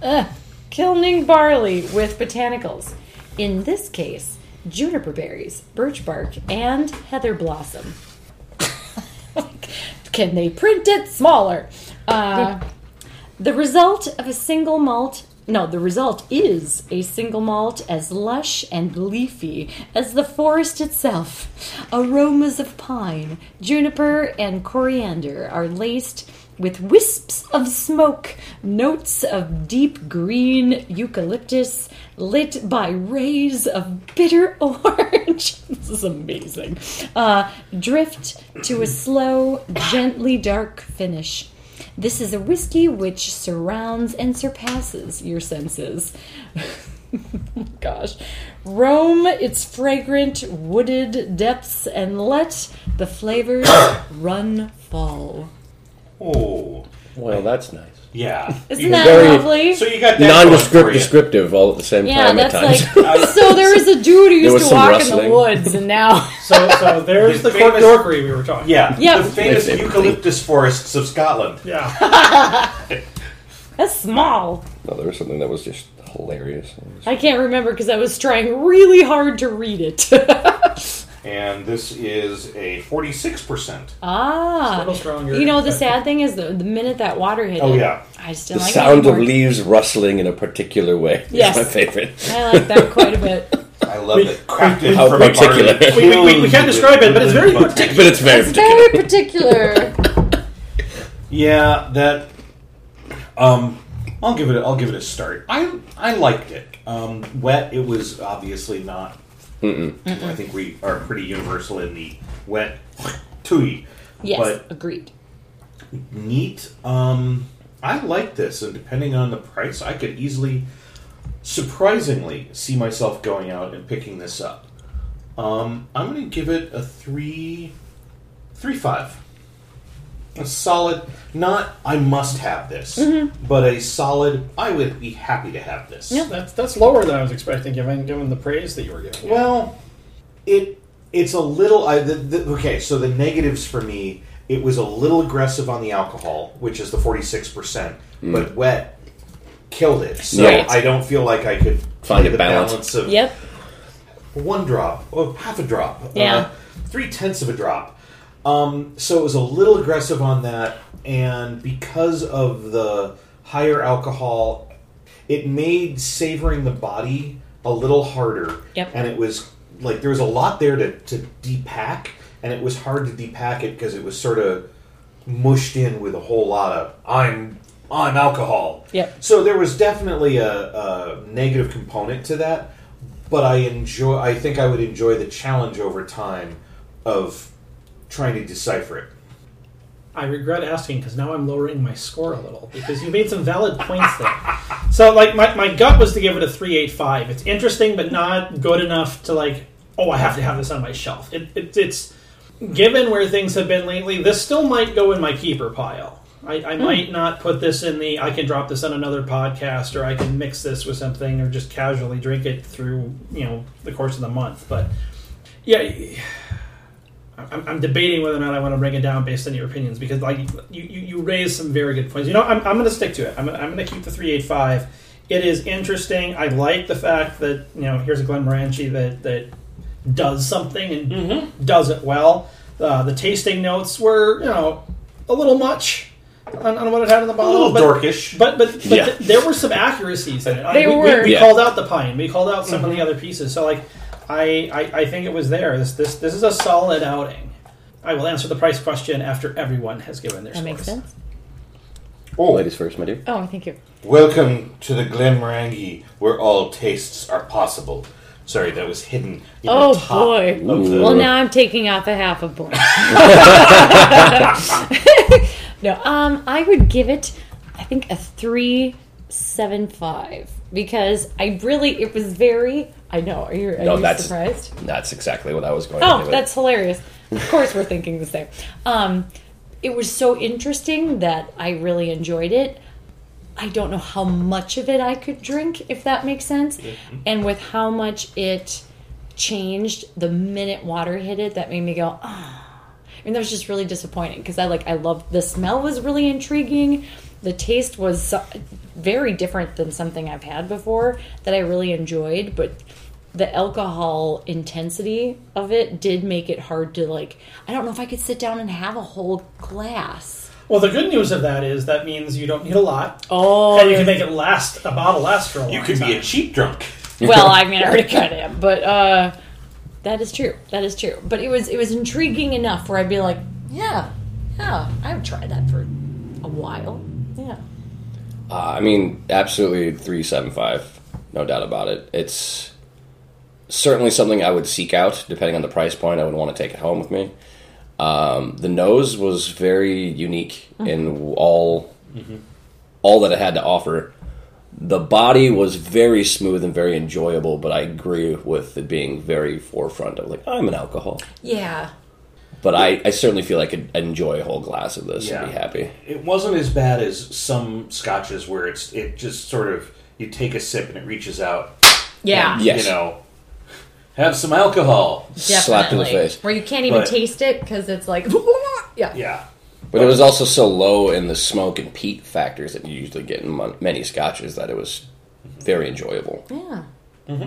[SPEAKER 3] uh, kilning barley with botanicals. In this case, juniper berries, birch bark, and heather blossom. [LAUGHS] Can they print it smaller? Uh, the result of a single malt. No, the result is a single malt as lush and leafy as the forest itself. Aromas of pine, juniper, and coriander are laced with wisps of smoke, notes of deep green eucalyptus, lit by rays of bitter [LAUGHS] orange. this is amazing. Uh, drift to a slow, gently dark finish. This is a whiskey which surrounds and surpasses your senses. [LAUGHS] Gosh. Roam its fragrant, wooded depths and let the flavors [COUGHS] run fall.
[SPEAKER 1] Oh,
[SPEAKER 4] well, that's nice.
[SPEAKER 1] yeah.
[SPEAKER 3] Isn't
[SPEAKER 1] You-
[SPEAKER 3] that
[SPEAKER 4] very-
[SPEAKER 3] lovely?
[SPEAKER 1] so you got that going for
[SPEAKER 4] Nondescript,
[SPEAKER 1] you.
[SPEAKER 4] descriptive, all at the same
[SPEAKER 3] yeah,
[SPEAKER 4] time
[SPEAKER 3] that's
[SPEAKER 4] at
[SPEAKER 1] [LAUGHS]
[SPEAKER 4] times.
[SPEAKER 3] like. so there was a dude who
[SPEAKER 4] was
[SPEAKER 3] used to
[SPEAKER 4] some
[SPEAKER 3] walk in
[SPEAKER 4] rustling.
[SPEAKER 3] the woods, and now. [LAUGHS]
[SPEAKER 2] So, so
[SPEAKER 1] [LAUGHS]
[SPEAKER 2] there's the
[SPEAKER 1] The
[SPEAKER 2] Cork
[SPEAKER 1] famous-
[SPEAKER 2] Dorkery we were talking. [LAUGHS]
[SPEAKER 1] Yeah,
[SPEAKER 3] Yeah.
[SPEAKER 1] the famous
[SPEAKER 4] They- they-
[SPEAKER 1] eucalyptus forests of Scotland.
[SPEAKER 2] yeah.
[SPEAKER 3] that's small.
[SPEAKER 4] [LAUGHS] no, there was something that was just hilarious.
[SPEAKER 3] I can't remember because I was trying really hard to read it. [LAUGHS]
[SPEAKER 1] and this is a 46%.
[SPEAKER 2] Uh,
[SPEAKER 3] Ah,
[SPEAKER 2] a little stronger.
[SPEAKER 3] You know, the sad thing is the, the minute that water hit
[SPEAKER 1] Oh,
[SPEAKER 3] it,
[SPEAKER 1] yeah.
[SPEAKER 3] I just
[SPEAKER 4] The
[SPEAKER 3] didn't like
[SPEAKER 4] sound
[SPEAKER 3] it
[SPEAKER 4] of
[SPEAKER 3] anymore.
[SPEAKER 4] leaves rustling in a particular way.
[SPEAKER 3] Yes.
[SPEAKER 4] Yes. my favorite. [LAUGHS]
[SPEAKER 3] I like that quite a bit.
[SPEAKER 1] I love it. Cracked it
[SPEAKER 4] How
[SPEAKER 1] from a [LAUGHS]
[SPEAKER 4] particular.
[SPEAKER 1] barn.
[SPEAKER 2] We, we, we, we can't describe it, but it's very
[SPEAKER 1] But-
[SPEAKER 2] particular.
[SPEAKER 4] But it's very
[SPEAKER 3] [LAUGHS] It's
[SPEAKER 4] particular.
[SPEAKER 3] very particular.
[SPEAKER 1] Yeah, that. Um, I'll give it. I'll give it a start. I I liked it. Um, wet. It was obviously not. I think we are pretty universal in the wet tui.
[SPEAKER 3] [LAUGHS] yes,
[SPEAKER 1] But
[SPEAKER 3] agreed.
[SPEAKER 1] neat. Um, I like this, and depending on the price, I could easily, surprisingly, see myself going out and picking this up. Um, I'm going to give it a three, three five. A solid, not I must have this, but a solid. I would be happy to have this.
[SPEAKER 2] That's that's lower than I was expecting, given given the praise that you were giving.
[SPEAKER 1] Well, it it's a little. I, the, the, okay, so the negatives for me, it was a little aggressive on the alcohol, which is the forty six percent,
[SPEAKER 4] Mm.
[SPEAKER 1] but wet killed it. So
[SPEAKER 4] Right.
[SPEAKER 1] I don't feel like I could
[SPEAKER 4] Find
[SPEAKER 1] play
[SPEAKER 4] a
[SPEAKER 1] the
[SPEAKER 4] balance.
[SPEAKER 1] of
[SPEAKER 3] Yep.
[SPEAKER 1] one drop or half a drop,
[SPEAKER 3] Yeah.
[SPEAKER 1] uh, three tenths of a drop. Um, so it was a little aggressive on that, and because of the higher alcohol, it made savoring the body a little harder.
[SPEAKER 3] Yep.
[SPEAKER 1] And it was like there was a lot there to, to depack, and it was hard to depack it because it was sort of mushed in with a whole lot of I'm I'm alcohol.
[SPEAKER 3] Yep.
[SPEAKER 1] So there was definitely a, a negative component to that, but I enjoy. I think I would enjoy the challenge over time of trying to decipher it.
[SPEAKER 2] I regret asking because now I'm lowering my score a little because you made some valid points there. [LAUGHS] So, like, my, my gut was to give it a 385. It's interesting, but not good enough to, like, oh, I have to have this on my shelf. It, it, it's given where things have been lately, this still might go in my keeper pile. I, I might not put this in the I can drop this on another podcast or I can mix this with something or just casually drink it through, you know, the course of the month. But yeah, I'm, I'm debating whether or not I want to bring it down based on your opinions because like you, you, you raised some very good points. You know, I'm, I'm going to stick to it. I'm, I'm going to keep the 385. It is interesting. I like the fact that, you know, here's a Glenmorangie that, that does something and
[SPEAKER 1] Mm-hmm.
[SPEAKER 2] does it well. Uh, the tasting notes were, you know, a little much on, on what it had in the
[SPEAKER 1] A
[SPEAKER 2] bottle.
[SPEAKER 1] little
[SPEAKER 2] but,
[SPEAKER 1] dorkish.
[SPEAKER 2] but but, but
[SPEAKER 4] Yeah.
[SPEAKER 2] th- there were some accuracies in it. I-
[SPEAKER 3] They
[SPEAKER 2] we, we-
[SPEAKER 3] were. Mm-hmm.
[SPEAKER 2] We,
[SPEAKER 4] Yeah.
[SPEAKER 2] called out the pine. We called out some of the other pieces. So like, I, I I think it was there. This this this is a solid outing. I will answer the price question after everyone has given their
[SPEAKER 3] That makes
[SPEAKER 2] scores.
[SPEAKER 3] sense.
[SPEAKER 1] oh,
[SPEAKER 4] Ladies first, my dear.
[SPEAKER 3] Oh, thank you.
[SPEAKER 1] welcome to the Glenmorangie, where all tastes are possible. Sorry, that was hidden. in
[SPEAKER 3] Oh,
[SPEAKER 1] the top
[SPEAKER 3] boy.
[SPEAKER 1] of the-
[SPEAKER 3] Well, now I'm taking off a half a point. [LAUGHS] no, um, I would give it, I think, a three seven five because I really it was very. I know. Are you, are
[SPEAKER 4] No,
[SPEAKER 3] you
[SPEAKER 4] that's-
[SPEAKER 3] surprised?
[SPEAKER 4] That's exactly what I was going to
[SPEAKER 3] Oh,
[SPEAKER 4] do.
[SPEAKER 3] that's hilarious. Of course, we're thinking the same. Um, it was so interesting that I really enjoyed it. I don't know how much of it I could drink, if that makes sense, and with how much it changed the minute water hit it. That made me go, ah. And that was just really disappointing because I like I loved the smell was really intriguing. The taste was so- very different than something I've had before that I really enjoyed, but the alcohol intensity of it did make it hard to like I don't know if I could sit down and have a whole glass.
[SPEAKER 2] Well, the good news of that is that means you don't need a lot,
[SPEAKER 3] Oh,
[SPEAKER 2] and you can make it last a bottle last for a long
[SPEAKER 1] you could
[SPEAKER 2] time.
[SPEAKER 1] be a cheap drunk.
[SPEAKER 3] [LAUGHS] well, I mean, I
[SPEAKER 5] [LAUGHS]
[SPEAKER 3] already kind of am, but uh, that is true. That is true. But it was it was intriguing enough where I'd be like, yeah, yeah, I would try that for a while. Yeah.
[SPEAKER 4] Uh, I mean, absolutely 375. No doubt about it. It's certainly something I would seek out, depending on the price point. I would want to take it home with me. Um, the nose was very unique in all all that it had to offer. The body was very smooth and very enjoyable, but I agree with it being very forefront of like "Oh, I'm an alcohol,
[SPEAKER 3] Yeah.
[SPEAKER 4] but I, I certainly feel I could enjoy a whole glass of this and be
[SPEAKER 1] Yeah.
[SPEAKER 4] happy.
[SPEAKER 1] It wasn't as bad as some scotches where it's it just sort of you take a sip and it reaches out.
[SPEAKER 3] Yeah.
[SPEAKER 4] Yes.
[SPEAKER 1] You know, have some alcohol.
[SPEAKER 4] Slapped in the
[SPEAKER 3] Definitely.
[SPEAKER 4] face.
[SPEAKER 3] Where you can't even
[SPEAKER 1] But-
[SPEAKER 3] taste it because it's like, [LAUGHS] yeah.
[SPEAKER 1] Yeah.
[SPEAKER 4] But it was also so low in the smoke and peat factors that you usually get in mon- many scotches that it was very enjoyable.
[SPEAKER 3] Yeah.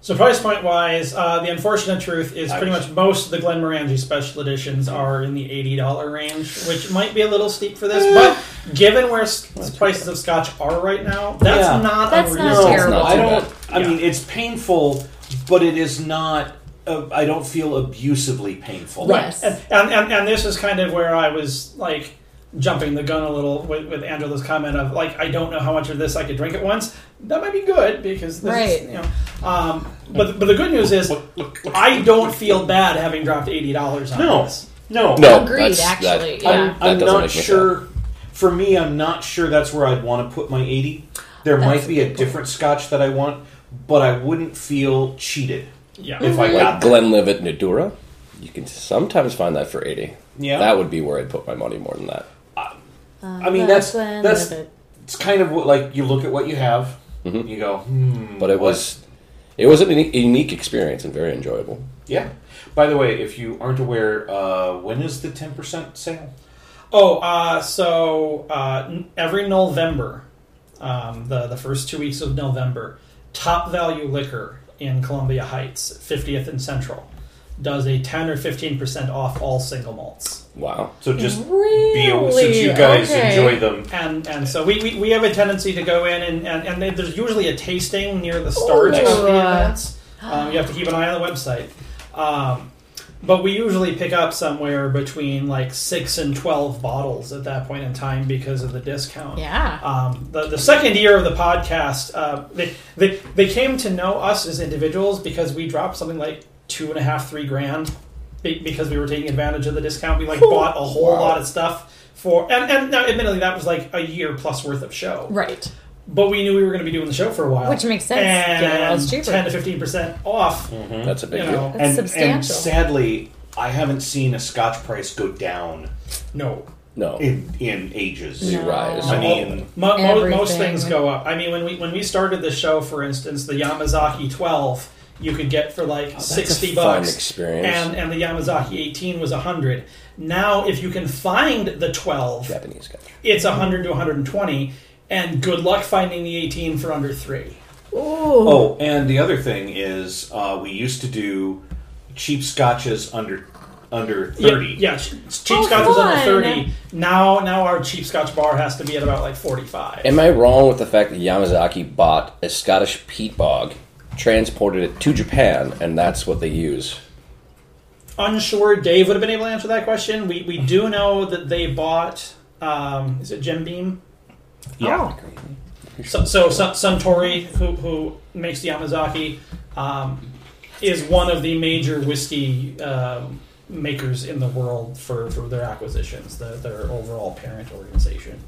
[SPEAKER 2] So price point wise, uh, the unfortunate truth is pretty
[SPEAKER 5] Ouch.
[SPEAKER 2] much most of the Glenmorangie special editions are in the eighty dollar range,
[SPEAKER 5] [SIGHS]
[SPEAKER 2] which might be a little steep for this,
[SPEAKER 5] Eh.
[SPEAKER 2] but given where s- prices of scotch are right now, that's
[SPEAKER 5] Yeah.
[SPEAKER 2] not
[SPEAKER 3] That's not
[SPEAKER 2] unreasonable.
[SPEAKER 3] terrible.
[SPEAKER 4] not
[SPEAKER 5] I
[SPEAKER 4] too
[SPEAKER 5] don't.
[SPEAKER 4] bad.
[SPEAKER 5] I
[SPEAKER 2] Yeah.
[SPEAKER 5] mean, it's painful, but it is not. Uh, I don't feel abusively painful.
[SPEAKER 3] Right. Yes.
[SPEAKER 2] And, and, and, and this is kind of where I was like jumping the gun a little with, with Angela's comment of like, I don't know how much of this I could drink at once. That might be good because this
[SPEAKER 3] Right.
[SPEAKER 2] is, you know. Um, but, but the good news is I don't feel bad having dropped $80 on
[SPEAKER 5] No.
[SPEAKER 2] this.
[SPEAKER 5] No.
[SPEAKER 4] No,
[SPEAKER 3] Agreed,
[SPEAKER 4] that's- that-
[SPEAKER 3] actually, yeah.
[SPEAKER 5] I'm,
[SPEAKER 4] That
[SPEAKER 5] I'm
[SPEAKER 4] doesn't
[SPEAKER 5] not
[SPEAKER 4] make me
[SPEAKER 5] sure. For me, I'm not sure that's where I'd want to put my 80. There
[SPEAKER 3] That's
[SPEAKER 5] might be
[SPEAKER 3] a
[SPEAKER 5] a
[SPEAKER 3] good
[SPEAKER 5] different scotch that I want, but I wouldn't feel cheated
[SPEAKER 2] Yeah.
[SPEAKER 5] if I
[SPEAKER 4] Like
[SPEAKER 5] got that.
[SPEAKER 4] Glenlivet Nadura, you can sometimes find that for eighty.
[SPEAKER 5] Yeah.
[SPEAKER 4] that would be where I'd put my money more than that.
[SPEAKER 5] I
[SPEAKER 3] Uh,
[SPEAKER 5] mean, that's that's it's kind of what like you look at what you have,
[SPEAKER 4] Mm-hmm.
[SPEAKER 5] you go, hmm.
[SPEAKER 4] But it
[SPEAKER 5] what?
[SPEAKER 4] was, it was a unique, unique experience and very enjoyable.
[SPEAKER 5] yeah. By the way, if you aren't aware, uh, when is the ten percent sale?
[SPEAKER 2] Oh, uh, so uh, n- every November, um, the the first two weeks of November, Top Value Liquor in Columbia Heights, 50th and Central, does a 10 or 15 percent off all single malts,
[SPEAKER 4] Wow,
[SPEAKER 5] So just
[SPEAKER 3] Really?
[SPEAKER 5] be since you guys
[SPEAKER 3] Okay.
[SPEAKER 5] enjoy them.
[SPEAKER 2] and and so we, we, we have a tendency to go in and and, and there's usually a tasting near the start
[SPEAKER 4] Ooh.
[SPEAKER 2] of the events. Um, you have to keep an eye on the website. Um, but we usually pick up somewhere between like six and twelve bottles at that point in time because of the discount.
[SPEAKER 3] yeah.
[SPEAKER 2] um, the, the second year of the podcast, uh, they, they, they came to know us as individuals because we dropped something like two and a half, three grand be- because we were taking advantage of the discount. We like bought a whole
[SPEAKER 4] Wow.
[SPEAKER 2] lot of stuff for, and, and now admittedly that was like a year plus worth of show,
[SPEAKER 3] Right.
[SPEAKER 2] but we knew we were going to be doing the show for a while,
[SPEAKER 3] Which makes sense,
[SPEAKER 2] And
[SPEAKER 3] given that it's cheaper.
[SPEAKER 2] 10 to 15 percent off,
[SPEAKER 5] Mm-hmm.
[SPEAKER 4] that's a big
[SPEAKER 2] you
[SPEAKER 4] deal.
[SPEAKER 2] know,
[SPEAKER 3] That's
[SPEAKER 5] and, and
[SPEAKER 3] substantial.
[SPEAKER 5] sadly, I haven't seen a Scotch price go down
[SPEAKER 2] no.
[SPEAKER 4] No,
[SPEAKER 5] in in ages.
[SPEAKER 3] Oh.
[SPEAKER 4] No. rise.
[SPEAKER 5] I mean-
[SPEAKER 2] Mo- mo- most
[SPEAKER 3] Everything.
[SPEAKER 2] things go up. I mean, when we when we started the show, for instance, the Yamazaki 12 you could get for like
[SPEAKER 4] Oh, a
[SPEAKER 2] 60
[SPEAKER 4] fun
[SPEAKER 2] bucks.
[SPEAKER 4] experience.
[SPEAKER 2] And and the Yamazaki 18 was 100. Now, if you can find the 12,
[SPEAKER 4] Japanese guy.
[SPEAKER 2] it's 100 to 120 and good luck finding the 18 for under 3.
[SPEAKER 3] Ooh.
[SPEAKER 5] Oh, and the other thing is, uh, we used to do cheap scotches under under thirty.
[SPEAKER 2] Yeah, yeah ch- cheap
[SPEAKER 3] Oh,
[SPEAKER 2] scotch was
[SPEAKER 3] fun.
[SPEAKER 2] under 30. Now now our cheap scotch bar has to be at about like 45.
[SPEAKER 4] Am I wrong with the fact that Yamazaki bought a Scottish peat bog, transported it to Japan, and that's what they use?
[SPEAKER 2] unsure Dave would have been able to answer that question. We we do know that they bought um, is it Jim Beam?
[SPEAKER 5] Yeah.
[SPEAKER 2] So, so Sun- Suntory, who who makes the Yamazaki, um, is one of the major whiskey um, makers in the world for, for their acquisitions, the, their overall parent organization.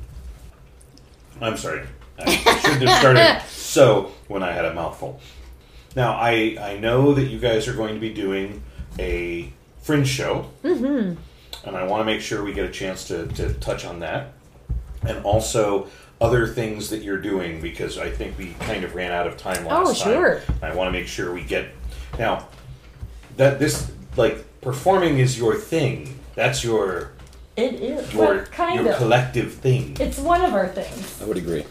[SPEAKER 5] I'm sorry, I shouldn't
[SPEAKER 3] [LAUGHS]
[SPEAKER 5] have started. So when I had a mouthful. Now I I know that you guys are going to be doing a fringe show, mm-hmm. and I want to make sure we get a chance to to touch on that, and also other things that you're doing because I think we kind of ran out of time last
[SPEAKER 3] Oh,
[SPEAKER 5] time.
[SPEAKER 3] sure.
[SPEAKER 5] I want to make sure we get now that this like performing is your thing. That's your
[SPEAKER 6] It is.
[SPEAKER 5] your
[SPEAKER 6] but kind
[SPEAKER 5] your
[SPEAKER 6] of.
[SPEAKER 5] collective thing.
[SPEAKER 6] it's one of our things.
[SPEAKER 4] I would agree.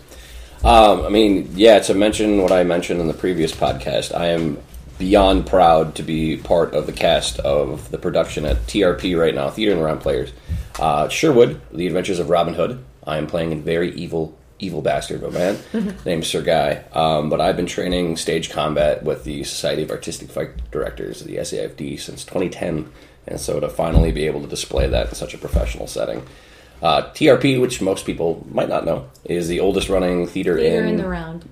[SPEAKER 4] Um, I mean, yeah, to mention what I mentioned in the previous podcast, I am beyond proud to be part of the cast of the production at TRP right now, Theater and Round Players. Uh, Sherwood, The Adventures of Robin Hood. I am playing a very evil, evil bastard of a man named Sir Guy. Um, but I've been training stage combat with the Society of Artistic Fight Directors, the SAFD, since 2010. And so to finally be able to display that in such a professional setting. Uh, TRP, which most people might not know, is the oldest running theater,
[SPEAKER 3] Theater
[SPEAKER 4] in,
[SPEAKER 3] in the round.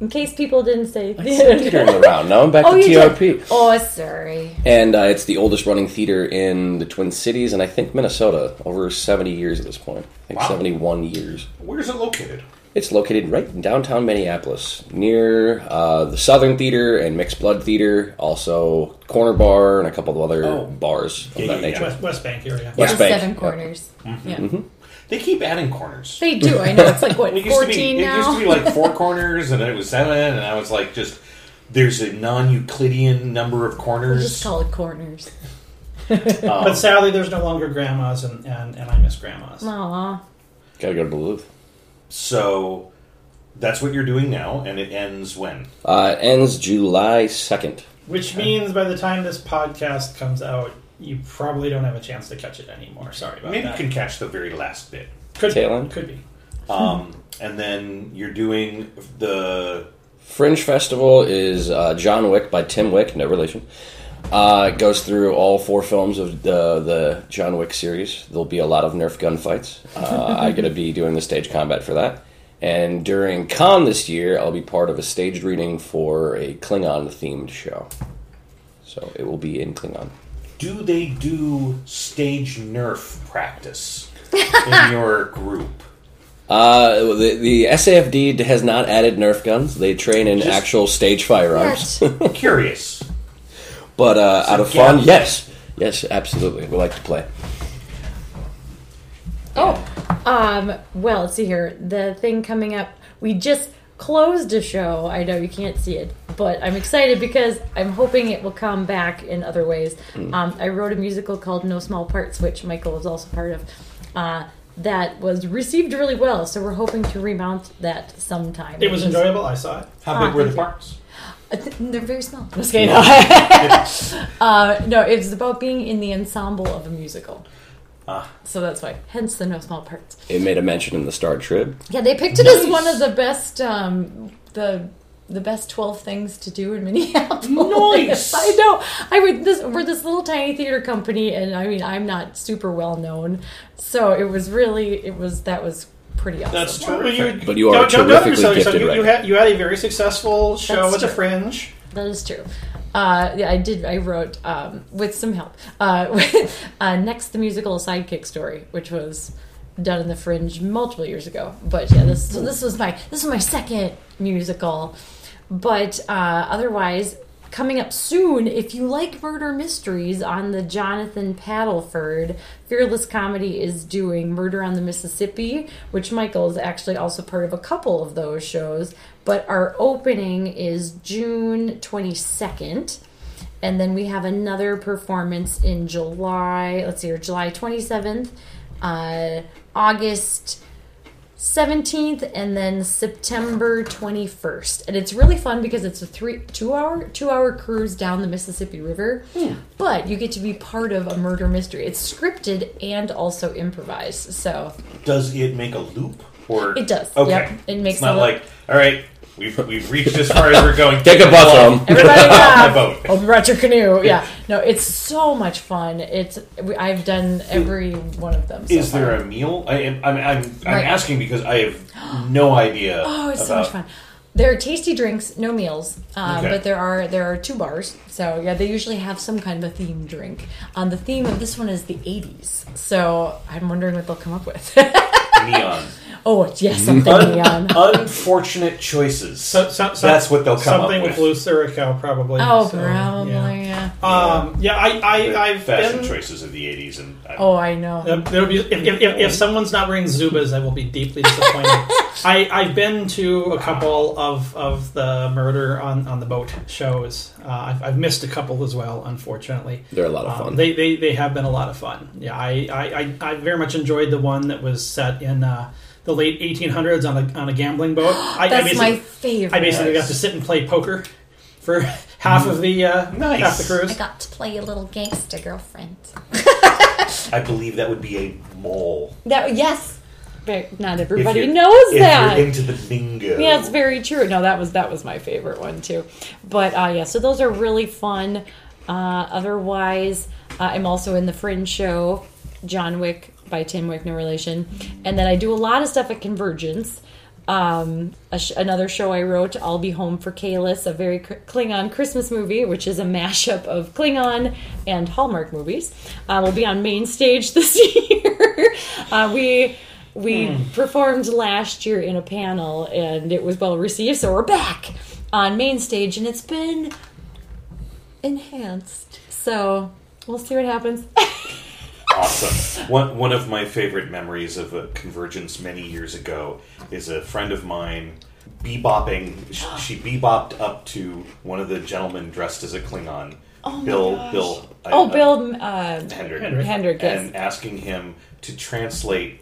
[SPEAKER 3] In case people didn't say [LAUGHS]
[SPEAKER 4] [LAUGHS] theater in the round. Now I'm back
[SPEAKER 3] Oh,
[SPEAKER 4] to
[SPEAKER 3] you
[SPEAKER 4] TRP,
[SPEAKER 3] did. Oh, sorry.
[SPEAKER 4] and uh, it's the oldest running theater in the Twin Cities, and I think Minnesota over 70 years at this point. I think
[SPEAKER 5] Wow.
[SPEAKER 4] 71 years.
[SPEAKER 5] Where's it located?
[SPEAKER 4] It's located right in downtown Minneapolis, near uh, the Southern Theater and Mixed Blood Theater, also Corner Bar and a couple of other
[SPEAKER 5] Oh.
[SPEAKER 4] bars of
[SPEAKER 5] Yeah,
[SPEAKER 4] that
[SPEAKER 5] yeah,
[SPEAKER 4] nature.
[SPEAKER 2] West, West Bank area.
[SPEAKER 4] West
[SPEAKER 3] The
[SPEAKER 4] Bank,
[SPEAKER 3] seven
[SPEAKER 4] yeah.
[SPEAKER 3] corners.
[SPEAKER 5] Mm-hmm.
[SPEAKER 3] Yeah.
[SPEAKER 5] They keep adding corners.
[SPEAKER 3] They do. I know. It's like what
[SPEAKER 5] It used to be
[SPEAKER 3] fourteen
[SPEAKER 5] it used to be
[SPEAKER 3] now. [LAUGHS]
[SPEAKER 5] like four corners, and then it was seven, and I was like, just there's a non-Euclidean number of
[SPEAKER 3] We'll
[SPEAKER 5] corners.
[SPEAKER 3] just call it corners.
[SPEAKER 2] But sadly, there's no longer grandmas, and, and, and I miss grandmas.
[SPEAKER 3] Aw.
[SPEAKER 4] Gotta go to Duluth.
[SPEAKER 5] so That's what you're doing now, and it ends when?
[SPEAKER 4] Uh, it ends July 2nd.
[SPEAKER 2] Which means by the time this podcast comes out, you probably don't have a chance to catch it anymore. Sorry about
[SPEAKER 5] Maybe you
[SPEAKER 2] that.
[SPEAKER 5] can catch the very last bit.
[SPEAKER 2] could,
[SPEAKER 4] Tail end?
[SPEAKER 2] could be.
[SPEAKER 5] Um, and then you're doing the
[SPEAKER 4] Fringe Festival is uh, John Wick by Tim Wick, no relation. Uh, it goes through all four films of the, the John Wick series. There'll be a lot of Nerf gun fights. Uh, I'm going to be doing the stage combat for that. And during con this year, I'll be part of a staged reading for a Klingon themed show. So it will be in Klingon.
[SPEAKER 5] do they do stage nerf
[SPEAKER 3] [LAUGHS]
[SPEAKER 5] practice in your group?
[SPEAKER 4] Uh, the, the SAFD has not added Nerf guns. They train in
[SPEAKER 5] Just-
[SPEAKER 4] actual stage firearms.
[SPEAKER 5] Curious.
[SPEAKER 4] But uh, out of
[SPEAKER 5] Some
[SPEAKER 4] fun,
[SPEAKER 5] games.
[SPEAKER 4] yes, yes, absolutely. We like to play.
[SPEAKER 3] Oh, um, well, let's see here. The thing coming up, we just closed a show. I know you can't see it, but I'm excited because I'm hoping it will come back in other ways. Um, I wrote a musical called No Small Parts, which Michael was also part of. Uh, that was received really well, so we're hoping to remount that sometime.
[SPEAKER 2] It was enjoyable. I saw it.
[SPEAKER 5] How big
[SPEAKER 3] Ah,
[SPEAKER 5] were
[SPEAKER 3] thank
[SPEAKER 5] the
[SPEAKER 3] you.
[SPEAKER 5] parts?
[SPEAKER 3] Uh, th- They're very small. Just kidding. uh, no, [LAUGHS] it's about being in the ensemble of a musical.
[SPEAKER 5] Ah.
[SPEAKER 3] So that's why, hence the No Small Parts.
[SPEAKER 4] It made a mention in the Star Trib.
[SPEAKER 3] Yeah, they picked it as
[SPEAKER 5] Nice.
[SPEAKER 3] one of the best um, the the best twelve things to do in Minneapolis.
[SPEAKER 5] Nice.
[SPEAKER 3] [LAUGHS] I know. I would this we're this little tiny theater company, and I mean I'm not super well known, so it was really it was that was pretty awesome.
[SPEAKER 5] That's
[SPEAKER 2] Well,
[SPEAKER 5] terrific.
[SPEAKER 4] But you are
[SPEAKER 2] don't, don't doubt
[SPEAKER 4] terrifically
[SPEAKER 2] yourself.
[SPEAKER 4] gifted
[SPEAKER 2] you, you,
[SPEAKER 4] writer.
[SPEAKER 2] had, you had a very successful show
[SPEAKER 3] That's
[SPEAKER 2] at the
[SPEAKER 3] true.
[SPEAKER 2] Fringe.
[SPEAKER 3] That is true. Uh, yeah, I did. I wrote um, with some help. Uh, [LAUGHS] with, uh, next, the musical sidekick story, which was done in the Fringe multiple years ago. But yeah, this so this was my this was my second musical. But uh, otherwise, coming up soon, if you like murder mysteries, on the Jonathan Paddleford Fearless Comedy is doing Murder on the Mississippi, which Michael is actually also part of a couple of those shows. But our opening is June 22nd. And then we have another performance in July, let's see here, July 27th, uh, August 17th and then September 21st. And it's really fun because it's a 3 2 hour 2 hour cruise down the Mississippi River. But you get to be part of a murder mystery. It's scripted and also improvised. So
[SPEAKER 5] Does it make a loop? Or
[SPEAKER 3] It does.
[SPEAKER 5] Okay.
[SPEAKER 3] Yep. It makes
[SPEAKER 5] it's not
[SPEAKER 3] a loop.
[SPEAKER 5] like all right. We've, we've reached as far
[SPEAKER 4] [LAUGHS]
[SPEAKER 5] as we're going.
[SPEAKER 4] Take a bus
[SPEAKER 5] Well,
[SPEAKER 4] home.
[SPEAKER 3] everybody
[SPEAKER 5] My
[SPEAKER 3] laugh.
[SPEAKER 5] boat.
[SPEAKER 3] Open out your canoe. Yeah. No, it's so much fun. It's we- I've done every one of them. So
[SPEAKER 5] Is
[SPEAKER 3] far.
[SPEAKER 5] there a meal? I am, I'm, I'm, I'm
[SPEAKER 3] Right.
[SPEAKER 5] asking because I have no idea.
[SPEAKER 3] [GASPS] Oh, it's so
[SPEAKER 5] about-
[SPEAKER 3] much fun. There are tasty drinks, no meals, um,
[SPEAKER 5] Okay.
[SPEAKER 3] but there are there are two bars. So yeah, they usually have some kind of a theme drink. Um, the theme of this one is the '80s. So I'm wondering what they'll come up with. [LAUGHS]
[SPEAKER 5] Neon.
[SPEAKER 3] oh yes, um, something
[SPEAKER 2] [LAUGHS]
[SPEAKER 3] neon.
[SPEAKER 5] Unfortunate choices.
[SPEAKER 2] So, so, so,
[SPEAKER 5] That's what they'll come up
[SPEAKER 2] Something
[SPEAKER 5] with.
[SPEAKER 2] with Lucerico, probably.
[SPEAKER 3] Oh,
[SPEAKER 2] so,
[SPEAKER 3] probably.
[SPEAKER 2] Yeah,
[SPEAKER 3] Yeah.
[SPEAKER 2] um, yeah I,
[SPEAKER 5] The
[SPEAKER 2] I, I've
[SPEAKER 5] fashion
[SPEAKER 2] been.
[SPEAKER 5] choices of the '80s, and I,
[SPEAKER 3] Oh, I know.
[SPEAKER 2] Uh, There'll be, if, if, if, if someone's not wearing Zubas, I will be deeply
[SPEAKER 4] [LAUGHS]
[SPEAKER 2] disappointed. I, I've been to a couple of, of the murder on, on the boat shows. Uh, I've, I've missed a couple as well, unfortunately.
[SPEAKER 4] They're a lot of
[SPEAKER 2] Um,
[SPEAKER 4] fun.
[SPEAKER 2] they, they, they have been a lot of fun. Yeah, I, I, I, I very much enjoyed the one that was set in uh, the late 1800s on a, on a gambling
[SPEAKER 4] [GASPS]
[SPEAKER 2] boat. I, I
[SPEAKER 3] That's
[SPEAKER 2] basically,
[SPEAKER 3] my favorite.
[SPEAKER 2] I basically
[SPEAKER 5] Nice.
[SPEAKER 2] got to sit and play poker for [LAUGHS] half of the uh,
[SPEAKER 5] Nice.
[SPEAKER 2] half the
[SPEAKER 6] I
[SPEAKER 2] cruise.
[SPEAKER 6] got to play a little gangster girlfriend.
[SPEAKER 5] I believe that would be a mole.
[SPEAKER 3] that yes, but not everybody
[SPEAKER 5] you're-
[SPEAKER 3] knows
[SPEAKER 5] If
[SPEAKER 3] that.
[SPEAKER 5] you're into the bingo,
[SPEAKER 3] Yeah, it's very true. No, that was that was my favorite one too. But uh, yeah, so those are really fun. Uh, otherwise, uh, I'm also in the Fringe show, John Wick by Tim Wick, no relation, and then I do a lot of stuff at Convergence. Um, a sh- another show I wrote, I'll Be Home for Kalis, a very K- Klingon Christmas movie, which is a mashup of Klingon and Hallmark movies. Uh, will be on main stage [LAUGHS] this year. uh, we we performed last year in a panel and it was well received, so we're back on main stage and it's been enhanced. So we'll see what happens.
[SPEAKER 5] awesome. One one of my favorite memories of a convergence many years ago is a friend of mine bebopping. sh- She bebopped up to one of the gentlemen dressed as a Klingon. Oh Bill, Bill, I-
[SPEAKER 3] Oh,
[SPEAKER 5] uh,
[SPEAKER 3] Bill uh,
[SPEAKER 5] Hendrick,
[SPEAKER 2] Hendrick.
[SPEAKER 3] Hendrick, yes.
[SPEAKER 5] and asking him to translate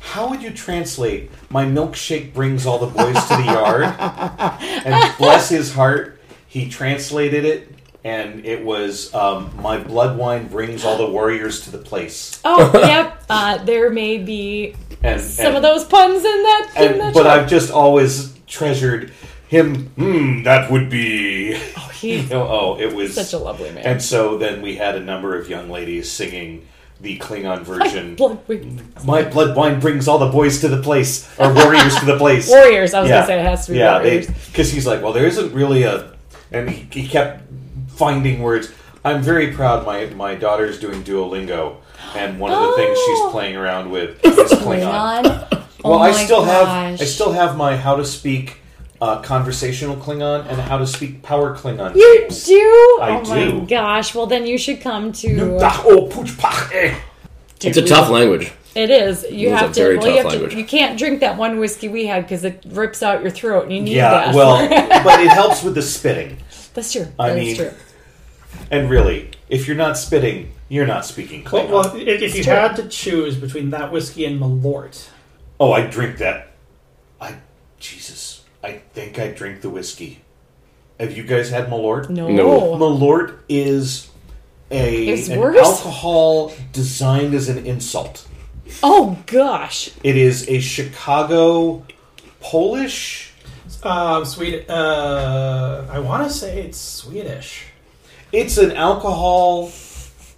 [SPEAKER 5] How would you translate my milkshake brings all the boys to the yard? and bless his heart, he translated it, and it was um, my blood wine brings all the warriors to the place.
[SPEAKER 3] Oh, yep. Uh, there may be
[SPEAKER 5] And
[SPEAKER 3] some
[SPEAKER 5] and-
[SPEAKER 3] of those puns in that. in
[SPEAKER 5] and-
[SPEAKER 3] that
[SPEAKER 5] but
[SPEAKER 3] show.
[SPEAKER 5] I've just always treasured him. Hmm, that would be. [LAUGHS]
[SPEAKER 3] He's
[SPEAKER 5] No, oh, it was
[SPEAKER 3] such a lovely man.
[SPEAKER 5] And so then we had a number of young ladies singing the Klingon version.
[SPEAKER 3] [LAUGHS] Blood wings.
[SPEAKER 5] My blood wine brings all the boys to the place, or warriors to the
[SPEAKER 3] [LAUGHS]
[SPEAKER 5] place.
[SPEAKER 3] Warriors. I was gonna say it has to be warriors.
[SPEAKER 5] because he's like, well, there isn't really a, and he, he kept finding words. I'm very proud my my daughter's doing Duolingo, and one of the things
[SPEAKER 3] Oh.
[SPEAKER 5] she's playing around with is Klingon.
[SPEAKER 6] Oh
[SPEAKER 5] [LAUGHS] Well, I
[SPEAKER 6] my
[SPEAKER 5] still have I
[SPEAKER 6] gosh.
[SPEAKER 5] still have my how to speak uh, conversational Klingon and how to speak power Klingon.
[SPEAKER 3] You
[SPEAKER 5] tapes.
[SPEAKER 3] do?
[SPEAKER 5] I
[SPEAKER 3] oh my
[SPEAKER 5] do.
[SPEAKER 3] gosh. Well, then you should come to. uh,
[SPEAKER 5] Ah, oh, pooch, pah, eh.
[SPEAKER 4] It's a tough language.
[SPEAKER 3] It is. You
[SPEAKER 4] It is
[SPEAKER 3] have
[SPEAKER 4] a
[SPEAKER 3] to.
[SPEAKER 4] very
[SPEAKER 3] well, you
[SPEAKER 4] tough
[SPEAKER 3] have
[SPEAKER 4] language.
[SPEAKER 3] to. You can't drink that one whiskey we had because it rips out your throat, and you need
[SPEAKER 5] Yeah,
[SPEAKER 3] that.
[SPEAKER 5] well, but it helps with the spitting.
[SPEAKER 3] [LAUGHS] that's true.
[SPEAKER 5] I
[SPEAKER 3] That's
[SPEAKER 5] mean-
[SPEAKER 3] true.
[SPEAKER 5] And really, if you're not spitting, you're not speaking Klingon.
[SPEAKER 2] Well, well, i- if you had to choose between that whiskey and Malort,
[SPEAKER 5] oh, I drink that. I Jesus, I think I drink the whiskey. Have you guys had Malort?
[SPEAKER 3] No.
[SPEAKER 4] No.
[SPEAKER 5] Malort is a
[SPEAKER 3] It's
[SPEAKER 5] an
[SPEAKER 3] worse?
[SPEAKER 5] alcohol designed as an insult.
[SPEAKER 3] Oh gosh.
[SPEAKER 5] It is a Chicago Polish.
[SPEAKER 2] uh, sweet. Uh, I want to say it's Swedish.
[SPEAKER 5] It's an alcohol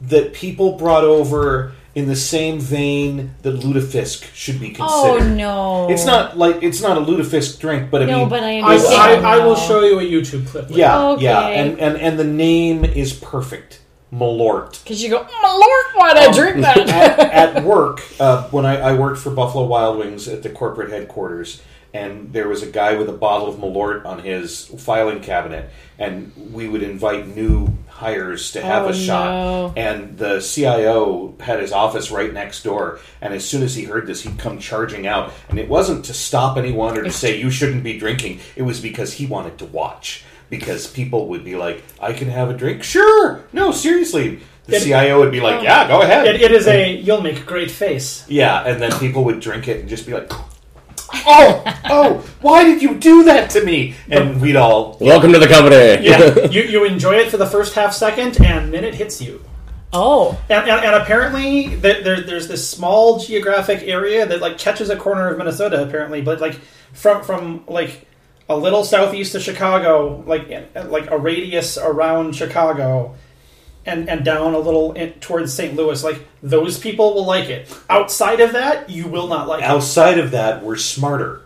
[SPEAKER 5] that people brought over in the same vein that lutefisk should be
[SPEAKER 3] Oh
[SPEAKER 5] considered.
[SPEAKER 3] no.
[SPEAKER 5] It's not like it's not a lutefisk drink, but I
[SPEAKER 3] No,
[SPEAKER 5] mean,
[SPEAKER 3] but I
[SPEAKER 2] I,
[SPEAKER 3] understand.
[SPEAKER 2] I, I will
[SPEAKER 3] now.
[SPEAKER 2] show you a YouTube clip. later.
[SPEAKER 5] yeah,
[SPEAKER 3] Okay.
[SPEAKER 5] yeah, and, and and the name is perfect, Malort.
[SPEAKER 3] Because you go, my lord, why'd
[SPEAKER 5] Oh.
[SPEAKER 3] I drink that?
[SPEAKER 5] [LAUGHS] at, at work, uh, when I, I worked for Buffalo Wild Wings at the corporate headquarters, and there was a guy with a bottle of Malort on his filing cabinet, and we would invite new hires to have
[SPEAKER 3] Oh,
[SPEAKER 5] a shot.
[SPEAKER 3] no.
[SPEAKER 5] And the CIO had his office right next door, and as soon as he heard this, he'd come charging out. And it wasn't to stop anyone or to say you shouldn't be drinking, it was because he wanted to watch. Because people would be like, I can have a drink? Sure! No, seriously. The
[SPEAKER 2] It-
[SPEAKER 5] CIO would be
[SPEAKER 3] Oh.
[SPEAKER 5] like, yeah, go ahead.
[SPEAKER 2] It, it is a you'll make a great face.
[SPEAKER 5] Yeah, and then people would drink it and just be like, "Oh, oh, why did you do that to me?" And we'd all,
[SPEAKER 4] Welcome to the company.
[SPEAKER 2] Yeah, you, you enjoy it for the first half second, and then it hits you.
[SPEAKER 5] [LAUGHS]
[SPEAKER 3] oh.
[SPEAKER 2] And, and, and apparently, th- there, there's this small geographic area that like catches a corner of Minnesota. Apparently, but like from from like a little southeast of Chicago, like and- and, like a radius around Chicago, and and down a little in, towards St. Louis. Like those people will like it. Outside of that, you will not like it.
[SPEAKER 5] outside of that, we're smarter.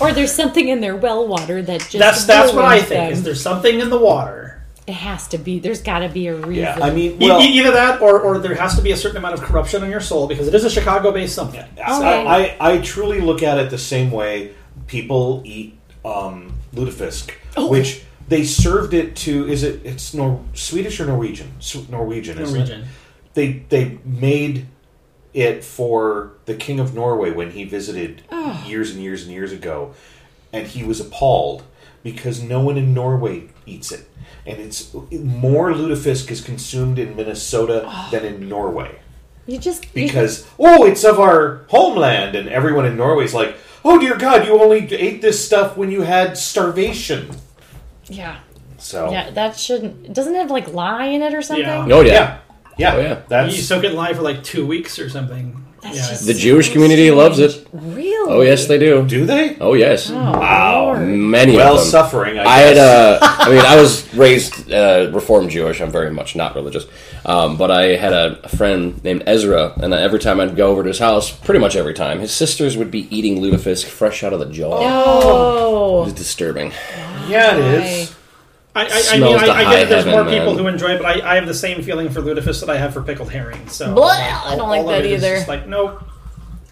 [SPEAKER 3] or there's something in their well water that just
[SPEAKER 2] That's that's what I
[SPEAKER 3] ruins
[SPEAKER 2] think.
[SPEAKER 3] them.
[SPEAKER 2] Is there something in the water?
[SPEAKER 3] It has to be. There's got to be a reason.
[SPEAKER 5] Yeah, I mean,
[SPEAKER 2] E-
[SPEAKER 5] well,
[SPEAKER 2] e- either that, or or there has to be a certain amount of corruption in your soul because it is a Chicago-based something.
[SPEAKER 5] I, I, I truly look at it the same way people eat um, lutefisk, which they served it to. Is it? It's Nor- Swedish or Norwegian? Sw- Norwegian, isn't
[SPEAKER 2] Norwegian.
[SPEAKER 5] it? They they made it for the king of Norway when he visited years and years and years ago, and he was appalled because no one in Norway eats it, and it's more lutefisk is consumed in Minnesota than in Norway
[SPEAKER 3] You just you-
[SPEAKER 5] because oh, it's of our homeland, and everyone in Norway's like, oh dear God, you only ate this stuff when you had starvation.
[SPEAKER 3] yeah,
[SPEAKER 5] So
[SPEAKER 3] yeah. That shouldn't. Doesn't it have like lie in it or something?
[SPEAKER 2] Yeah.
[SPEAKER 4] [LAUGHS] Oh yeah.
[SPEAKER 5] yeah, yeah,
[SPEAKER 4] Oh, yeah.
[SPEAKER 5] that's
[SPEAKER 2] You soak it live for like two weeks or something.
[SPEAKER 3] That's
[SPEAKER 2] yeah,
[SPEAKER 3] just
[SPEAKER 4] The
[SPEAKER 3] so
[SPEAKER 4] Jewish community loves it.
[SPEAKER 3] Really? Oh.
[SPEAKER 4] Oh yes, they do.
[SPEAKER 5] do they?
[SPEAKER 4] Oh yes.
[SPEAKER 3] wow.
[SPEAKER 4] Many
[SPEAKER 5] Well,
[SPEAKER 4] of them.
[SPEAKER 5] suffering. I,
[SPEAKER 4] I
[SPEAKER 5] guess.
[SPEAKER 4] had uh, I mean, I
[SPEAKER 5] [LAUGHS]
[SPEAKER 4] was raised uh, Reformed Jewish. I'm very much not religious, um, but I had a friend named Ezra, and every time I'd go over to his house, pretty much every time, his sisters would be eating lutefisk fresh out of the jar. It [LAUGHS]
[SPEAKER 3] Oh.
[SPEAKER 4] was disturbing.
[SPEAKER 5] yeah, it is.
[SPEAKER 2] I, I, I mean,
[SPEAKER 4] Smells
[SPEAKER 2] I,
[SPEAKER 4] to
[SPEAKER 2] I
[SPEAKER 4] high
[SPEAKER 2] get that there's more
[SPEAKER 4] heaven,
[SPEAKER 2] people
[SPEAKER 4] man.
[SPEAKER 2] who enjoy it, but I, I have the same feeling for lutefisk that I have for pickled herring. So
[SPEAKER 3] Blah,
[SPEAKER 2] like,
[SPEAKER 3] I don't
[SPEAKER 2] all-
[SPEAKER 3] like
[SPEAKER 2] all of
[SPEAKER 3] that
[SPEAKER 2] it is
[SPEAKER 3] either.
[SPEAKER 2] Just like, nope,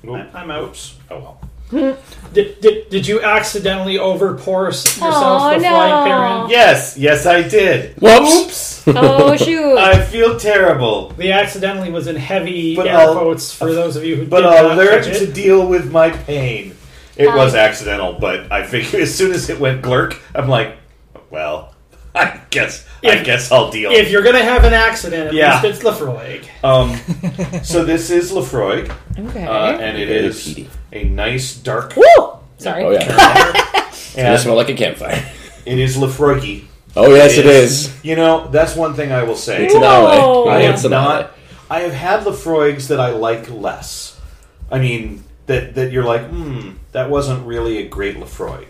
[SPEAKER 5] Oop.
[SPEAKER 2] I'm out.
[SPEAKER 5] Oh well.
[SPEAKER 2] Did, did, did you accidentally overpour s- yourself
[SPEAKER 3] Oh,
[SPEAKER 2] the
[SPEAKER 3] no.
[SPEAKER 2] flying parent?
[SPEAKER 5] Yes, yes, I did.
[SPEAKER 4] Whoops!
[SPEAKER 3] Oh shoot.
[SPEAKER 5] I feel terrible,
[SPEAKER 2] The accidentally was in heavy
[SPEAKER 5] But
[SPEAKER 2] air
[SPEAKER 5] I'll-
[SPEAKER 2] quotes for those of you who
[SPEAKER 5] but
[SPEAKER 2] did
[SPEAKER 5] I'll
[SPEAKER 2] not
[SPEAKER 5] learn
[SPEAKER 2] catch
[SPEAKER 5] to
[SPEAKER 2] it.
[SPEAKER 5] deal with my pain.
[SPEAKER 2] Um,
[SPEAKER 5] [LAUGHS] It was accidental, but I figure as soon as it went glurk, I'm like, well, [LAUGHS] I guess. I
[SPEAKER 2] If-
[SPEAKER 5] guess I'll deal.
[SPEAKER 2] If you're gonna have an accident, at
[SPEAKER 5] Yeah.
[SPEAKER 2] least it's Lefroig. [LAUGHS]
[SPEAKER 5] um, so this is Lefroy,
[SPEAKER 3] Okay.
[SPEAKER 5] uh, and it
[SPEAKER 4] Very
[SPEAKER 5] is
[SPEAKER 4] peaty.
[SPEAKER 5] a nice dark. [LAUGHS]
[SPEAKER 3] Woo! Sorry.
[SPEAKER 4] Oh yeah,
[SPEAKER 2] [LAUGHS]
[SPEAKER 4] I smell
[SPEAKER 5] And
[SPEAKER 4] like a campfire. [LAUGHS]
[SPEAKER 5] it is Lefroy.
[SPEAKER 4] Oh yes, it is.
[SPEAKER 5] You know, that's one thing I will say.
[SPEAKER 4] It's an
[SPEAKER 3] Whoa.
[SPEAKER 4] ally.
[SPEAKER 5] I
[SPEAKER 4] it's
[SPEAKER 5] have
[SPEAKER 4] an ally.
[SPEAKER 5] not. I have had Lefroy's that I like less. I mean, that that you're like, hmm, that wasn't really a great Lefroy.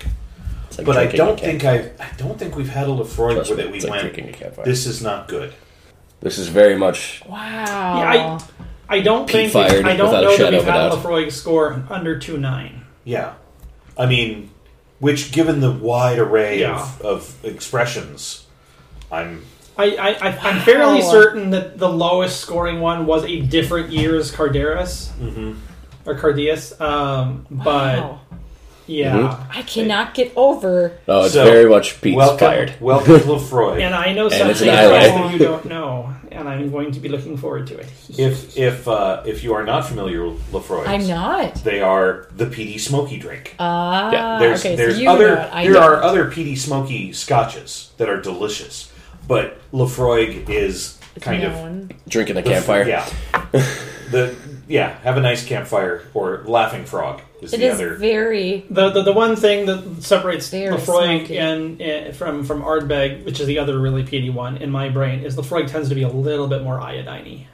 [SPEAKER 4] It's like
[SPEAKER 5] But I
[SPEAKER 4] drinking a
[SPEAKER 5] don't
[SPEAKER 4] cat-
[SPEAKER 5] think I. I don't think we've had a Lefroy
[SPEAKER 4] Trust
[SPEAKER 5] where
[SPEAKER 4] me,
[SPEAKER 5] that we
[SPEAKER 4] it's like
[SPEAKER 5] went.
[SPEAKER 4] drinking a campfire.
[SPEAKER 5] This is not good.
[SPEAKER 4] This is very much
[SPEAKER 3] Wow.
[SPEAKER 2] Yeah, I don't
[SPEAKER 4] Pete
[SPEAKER 2] think we-
[SPEAKER 4] fired
[SPEAKER 2] I don't
[SPEAKER 4] without a
[SPEAKER 2] know that
[SPEAKER 4] shadow
[SPEAKER 2] we've
[SPEAKER 4] of a
[SPEAKER 2] had
[SPEAKER 4] doubt.
[SPEAKER 2] Lefroy score under two nine.
[SPEAKER 5] Yeah, I mean, which given the wide array
[SPEAKER 2] Yeah.
[SPEAKER 5] of, of expressions, I'm
[SPEAKER 2] I, I, I I'm fairly
[SPEAKER 3] Wow.
[SPEAKER 2] certain that the lowest scoring one was a different year's Carderas
[SPEAKER 4] Mm-hmm.
[SPEAKER 2] or Cardias. Um, but
[SPEAKER 3] Wow.
[SPEAKER 2] yeah,
[SPEAKER 4] Mm-hmm.
[SPEAKER 3] I cannot get over.
[SPEAKER 4] oh, it's
[SPEAKER 5] So,
[SPEAKER 4] very much Pete's
[SPEAKER 5] welcome.
[SPEAKER 4] fired.
[SPEAKER 5] Welcome,
[SPEAKER 4] [LAUGHS]
[SPEAKER 5] Lefroy.
[SPEAKER 2] and I know
[SPEAKER 4] And it's
[SPEAKER 2] something
[SPEAKER 4] an
[SPEAKER 2] that
[SPEAKER 4] island.
[SPEAKER 2] you don't know, and I'm going to be looking forward to it.
[SPEAKER 5] if if uh, if you are not familiar with Lefroy's,
[SPEAKER 3] I'm not.
[SPEAKER 5] They are the PD smoky drink.
[SPEAKER 3] Ah.
[SPEAKER 4] Yeah, Uh,
[SPEAKER 5] there's
[SPEAKER 3] okay,
[SPEAKER 5] there's
[SPEAKER 3] so you
[SPEAKER 5] other
[SPEAKER 3] know it. I
[SPEAKER 5] there
[SPEAKER 3] don't.
[SPEAKER 5] are other PD smoky scotches that are delicious, but Lefroy is kind of
[SPEAKER 3] known.
[SPEAKER 4] Drinking a campfire.
[SPEAKER 5] Yeah,
[SPEAKER 4] [LAUGHS]
[SPEAKER 5] the yeah. Have a nice campfire or laughing frog is
[SPEAKER 3] It
[SPEAKER 5] the
[SPEAKER 3] is
[SPEAKER 5] other.
[SPEAKER 3] very.
[SPEAKER 2] The, the, the one thing that separates
[SPEAKER 3] Very
[SPEAKER 2] Lefroy
[SPEAKER 3] smoky.
[SPEAKER 2] and, and from from Ardbeg, which is the other really peaty one in my brain, is Lefroy tends to be a little bit more iodiney.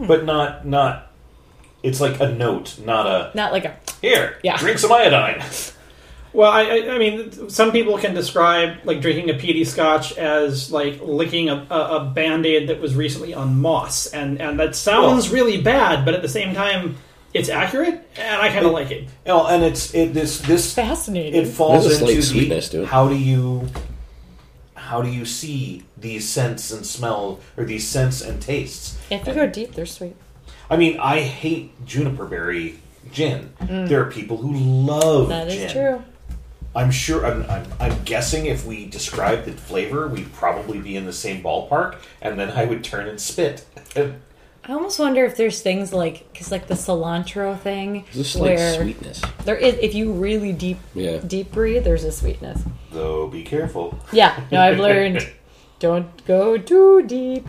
[SPEAKER 5] but not not. It's like a note, not a
[SPEAKER 3] Not like a.
[SPEAKER 5] Here,
[SPEAKER 3] Yeah.
[SPEAKER 5] drink some
[SPEAKER 3] [LAUGHS]
[SPEAKER 5] iodine.
[SPEAKER 2] Well, I, I, I mean, some people can describe like drinking a peaty scotch as like licking a, a, a band aid that was recently on moss, and and that sounds really bad, but at the same time, it's accurate, and I kind of like it.
[SPEAKER 5] Oh, and it's it this this
[SPEAKER 3] Fascinating.
[SPEAKER 5] it falls
[SPEAKER 4] There's a
[SPEAKER 5] into
[SPEAKER 4] slight
[SPEAKER 5] the
[SPEAKER 4] sweetness to it.
[SPEAKER 5] how do you how do you see these scents and smell or these scents and tastes?
[SPEAKER 3] if you go deep, they're sweet.
[SPEAKER 5] I mean, I hate juniper berry gin. There are people who love
[SPEAKER 3] Mm. That is
[SPEAKER 5] gin.
[SPEAKER 3] true.
[SPEAKER 5] I'm sure. I'm, I'm, I'm guessing if we described the flavor, we'd probably be in the same ballpark, and then I would turn and spit. [LAUGHS]
[SPEAKER 3] I almost wonder if there's things like because like the cilantro thing
[SPEAKER 4] This is like
[SPEAKER 3] where
[SPEAKER 4] sweetness.
[SPEAKER 3] there is if you really deep
[SPEAKER 4] Yeah.
[SPEAKER 3] deep breathe, there's a sweetness.
[SPEAKER 5] Though, be careful. [LAUGHS]
[SPEAKER 3] Yeah, no, I've learned don't go too deep.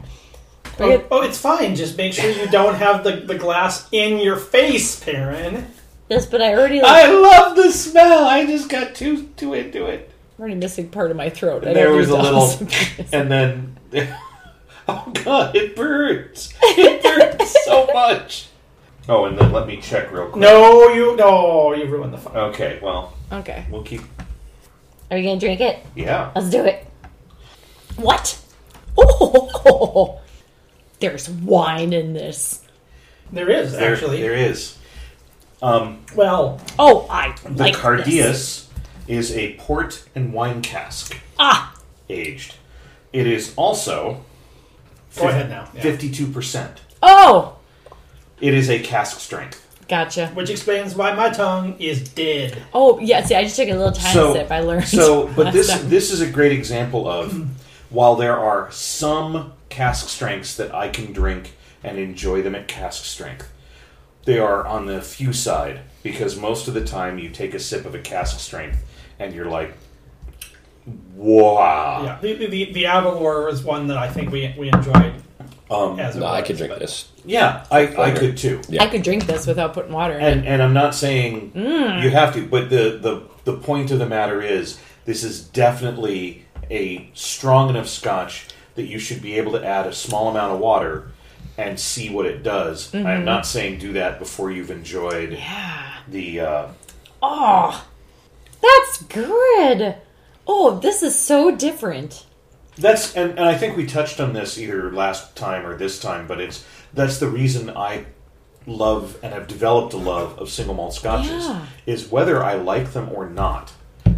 [SPEAKER 2] Oh,
[SPEAKER 3] Okay.
[SPEAKER 2] oh, it's fine. Just make sure you don't have the, the glass in your face, Perrin.
[SPEAKER 3] Yes, but I already like,
[SPEAKER 5] I love the smell. I just got too too into it.
[SPEAKER 3] I'm already missing part of my throat. I
[SPEAKER 5] And there
[SPEAKER 3] don't
[SPEAKER 5] was
[SPEAKER 3] need
[SPEAKER 5] a
[SPEAKER 3] to
[SPEAKER 5] little,
[SPEAKER 3] also-
[SPEAKER 5] [LAUGHS] and then, oh god, it burns! It burns so much. Oh, and then let me check real quick.
[SPEAKER 2] No, you no, you ruined the fun.
[SPEAKER 5] Okay, well,
[SPEAKER 3] [LAUGHS] okay,
[SPEAKER 5] we'll keep.
[SPEAKER 3] are you gonna drink it?
[SPEAKER 5] Yeah.
[SPEAKER 3] Let's do it. What? [LAUGHS] Oh, there's wine in this.
[SPEAKER 2] There is
[SPEAKER 5] There,
[SPEAKER 2] actually.
[SPEAKER 5] there is. Um,
[SPEAKER 2] Well,
[SPEAKER 3] Oh, I
[SPEAKER 5] the
[SPEAKER 3] like this.
[SPEAKER 5] Cardias is a port and wine cask
[SPEAKER 3] Ah,
[SPEAKER 5] aged. It is also
[SPEAKER 2] go ahead now. Yeah.
[SPEAKER 5] fifty-two percent.
[SPEAKER 3] oh,
[SPEAKER 5] It is a cask strength.
[SPEAKER 3] gotcha.
[SPEAKER 2] Which explains why my tongue is dead.
[SPEAKER 3] Oh yeah, see, I just took a little time sip. I learned. [LAUGHS]
[SPEAKER 5] So, but
[SPEAKER 3] last
[SPEAKER 5] this
[SPEAKER 3] time.
[SPEAKER 5] this is a great example of while there are some cask strengths that I can drink and enjoy them at cask strength, they are on the few side because most of the time you take a sip of a cask strength and you're like, wow.
[SPEAKER 2] Yeah, the the, the, the Avalor was one that I think we we enjoyed. Um, as it
[SPEAKER 4] No, I
[SPEAKER 2] was,
[SPEAKER 4] could drink
[SPEAKER 2] but-
[SPEAKER 4] this.
[SPEAKER 5] Yeah, I, I could too.
[SPEAKER 4] Yeah.
[SPEAKER 3] I could drink this without putting water in it.
[SPEAKER 5] And and I'm not saying you have to, but the, the the point of the matter is this is definitely a strong enough scotch that you should be able to add a small amount of water and see what it does. I am not saying do that before you've enjoyed
[SPEAKER 3] Yeah.
[SPEAKER 5] the uh,
[SPEAKER 3] Oh, that's good. Oh, this is so different.
[SPEAKER 5] that's and, and I think we touched on this either last time or this time, but it's that's the reason I love and have developed a love of single malt scotches
[SPEAKER 3] Yeah.
[SPEAKER 5] is whether I like them or not,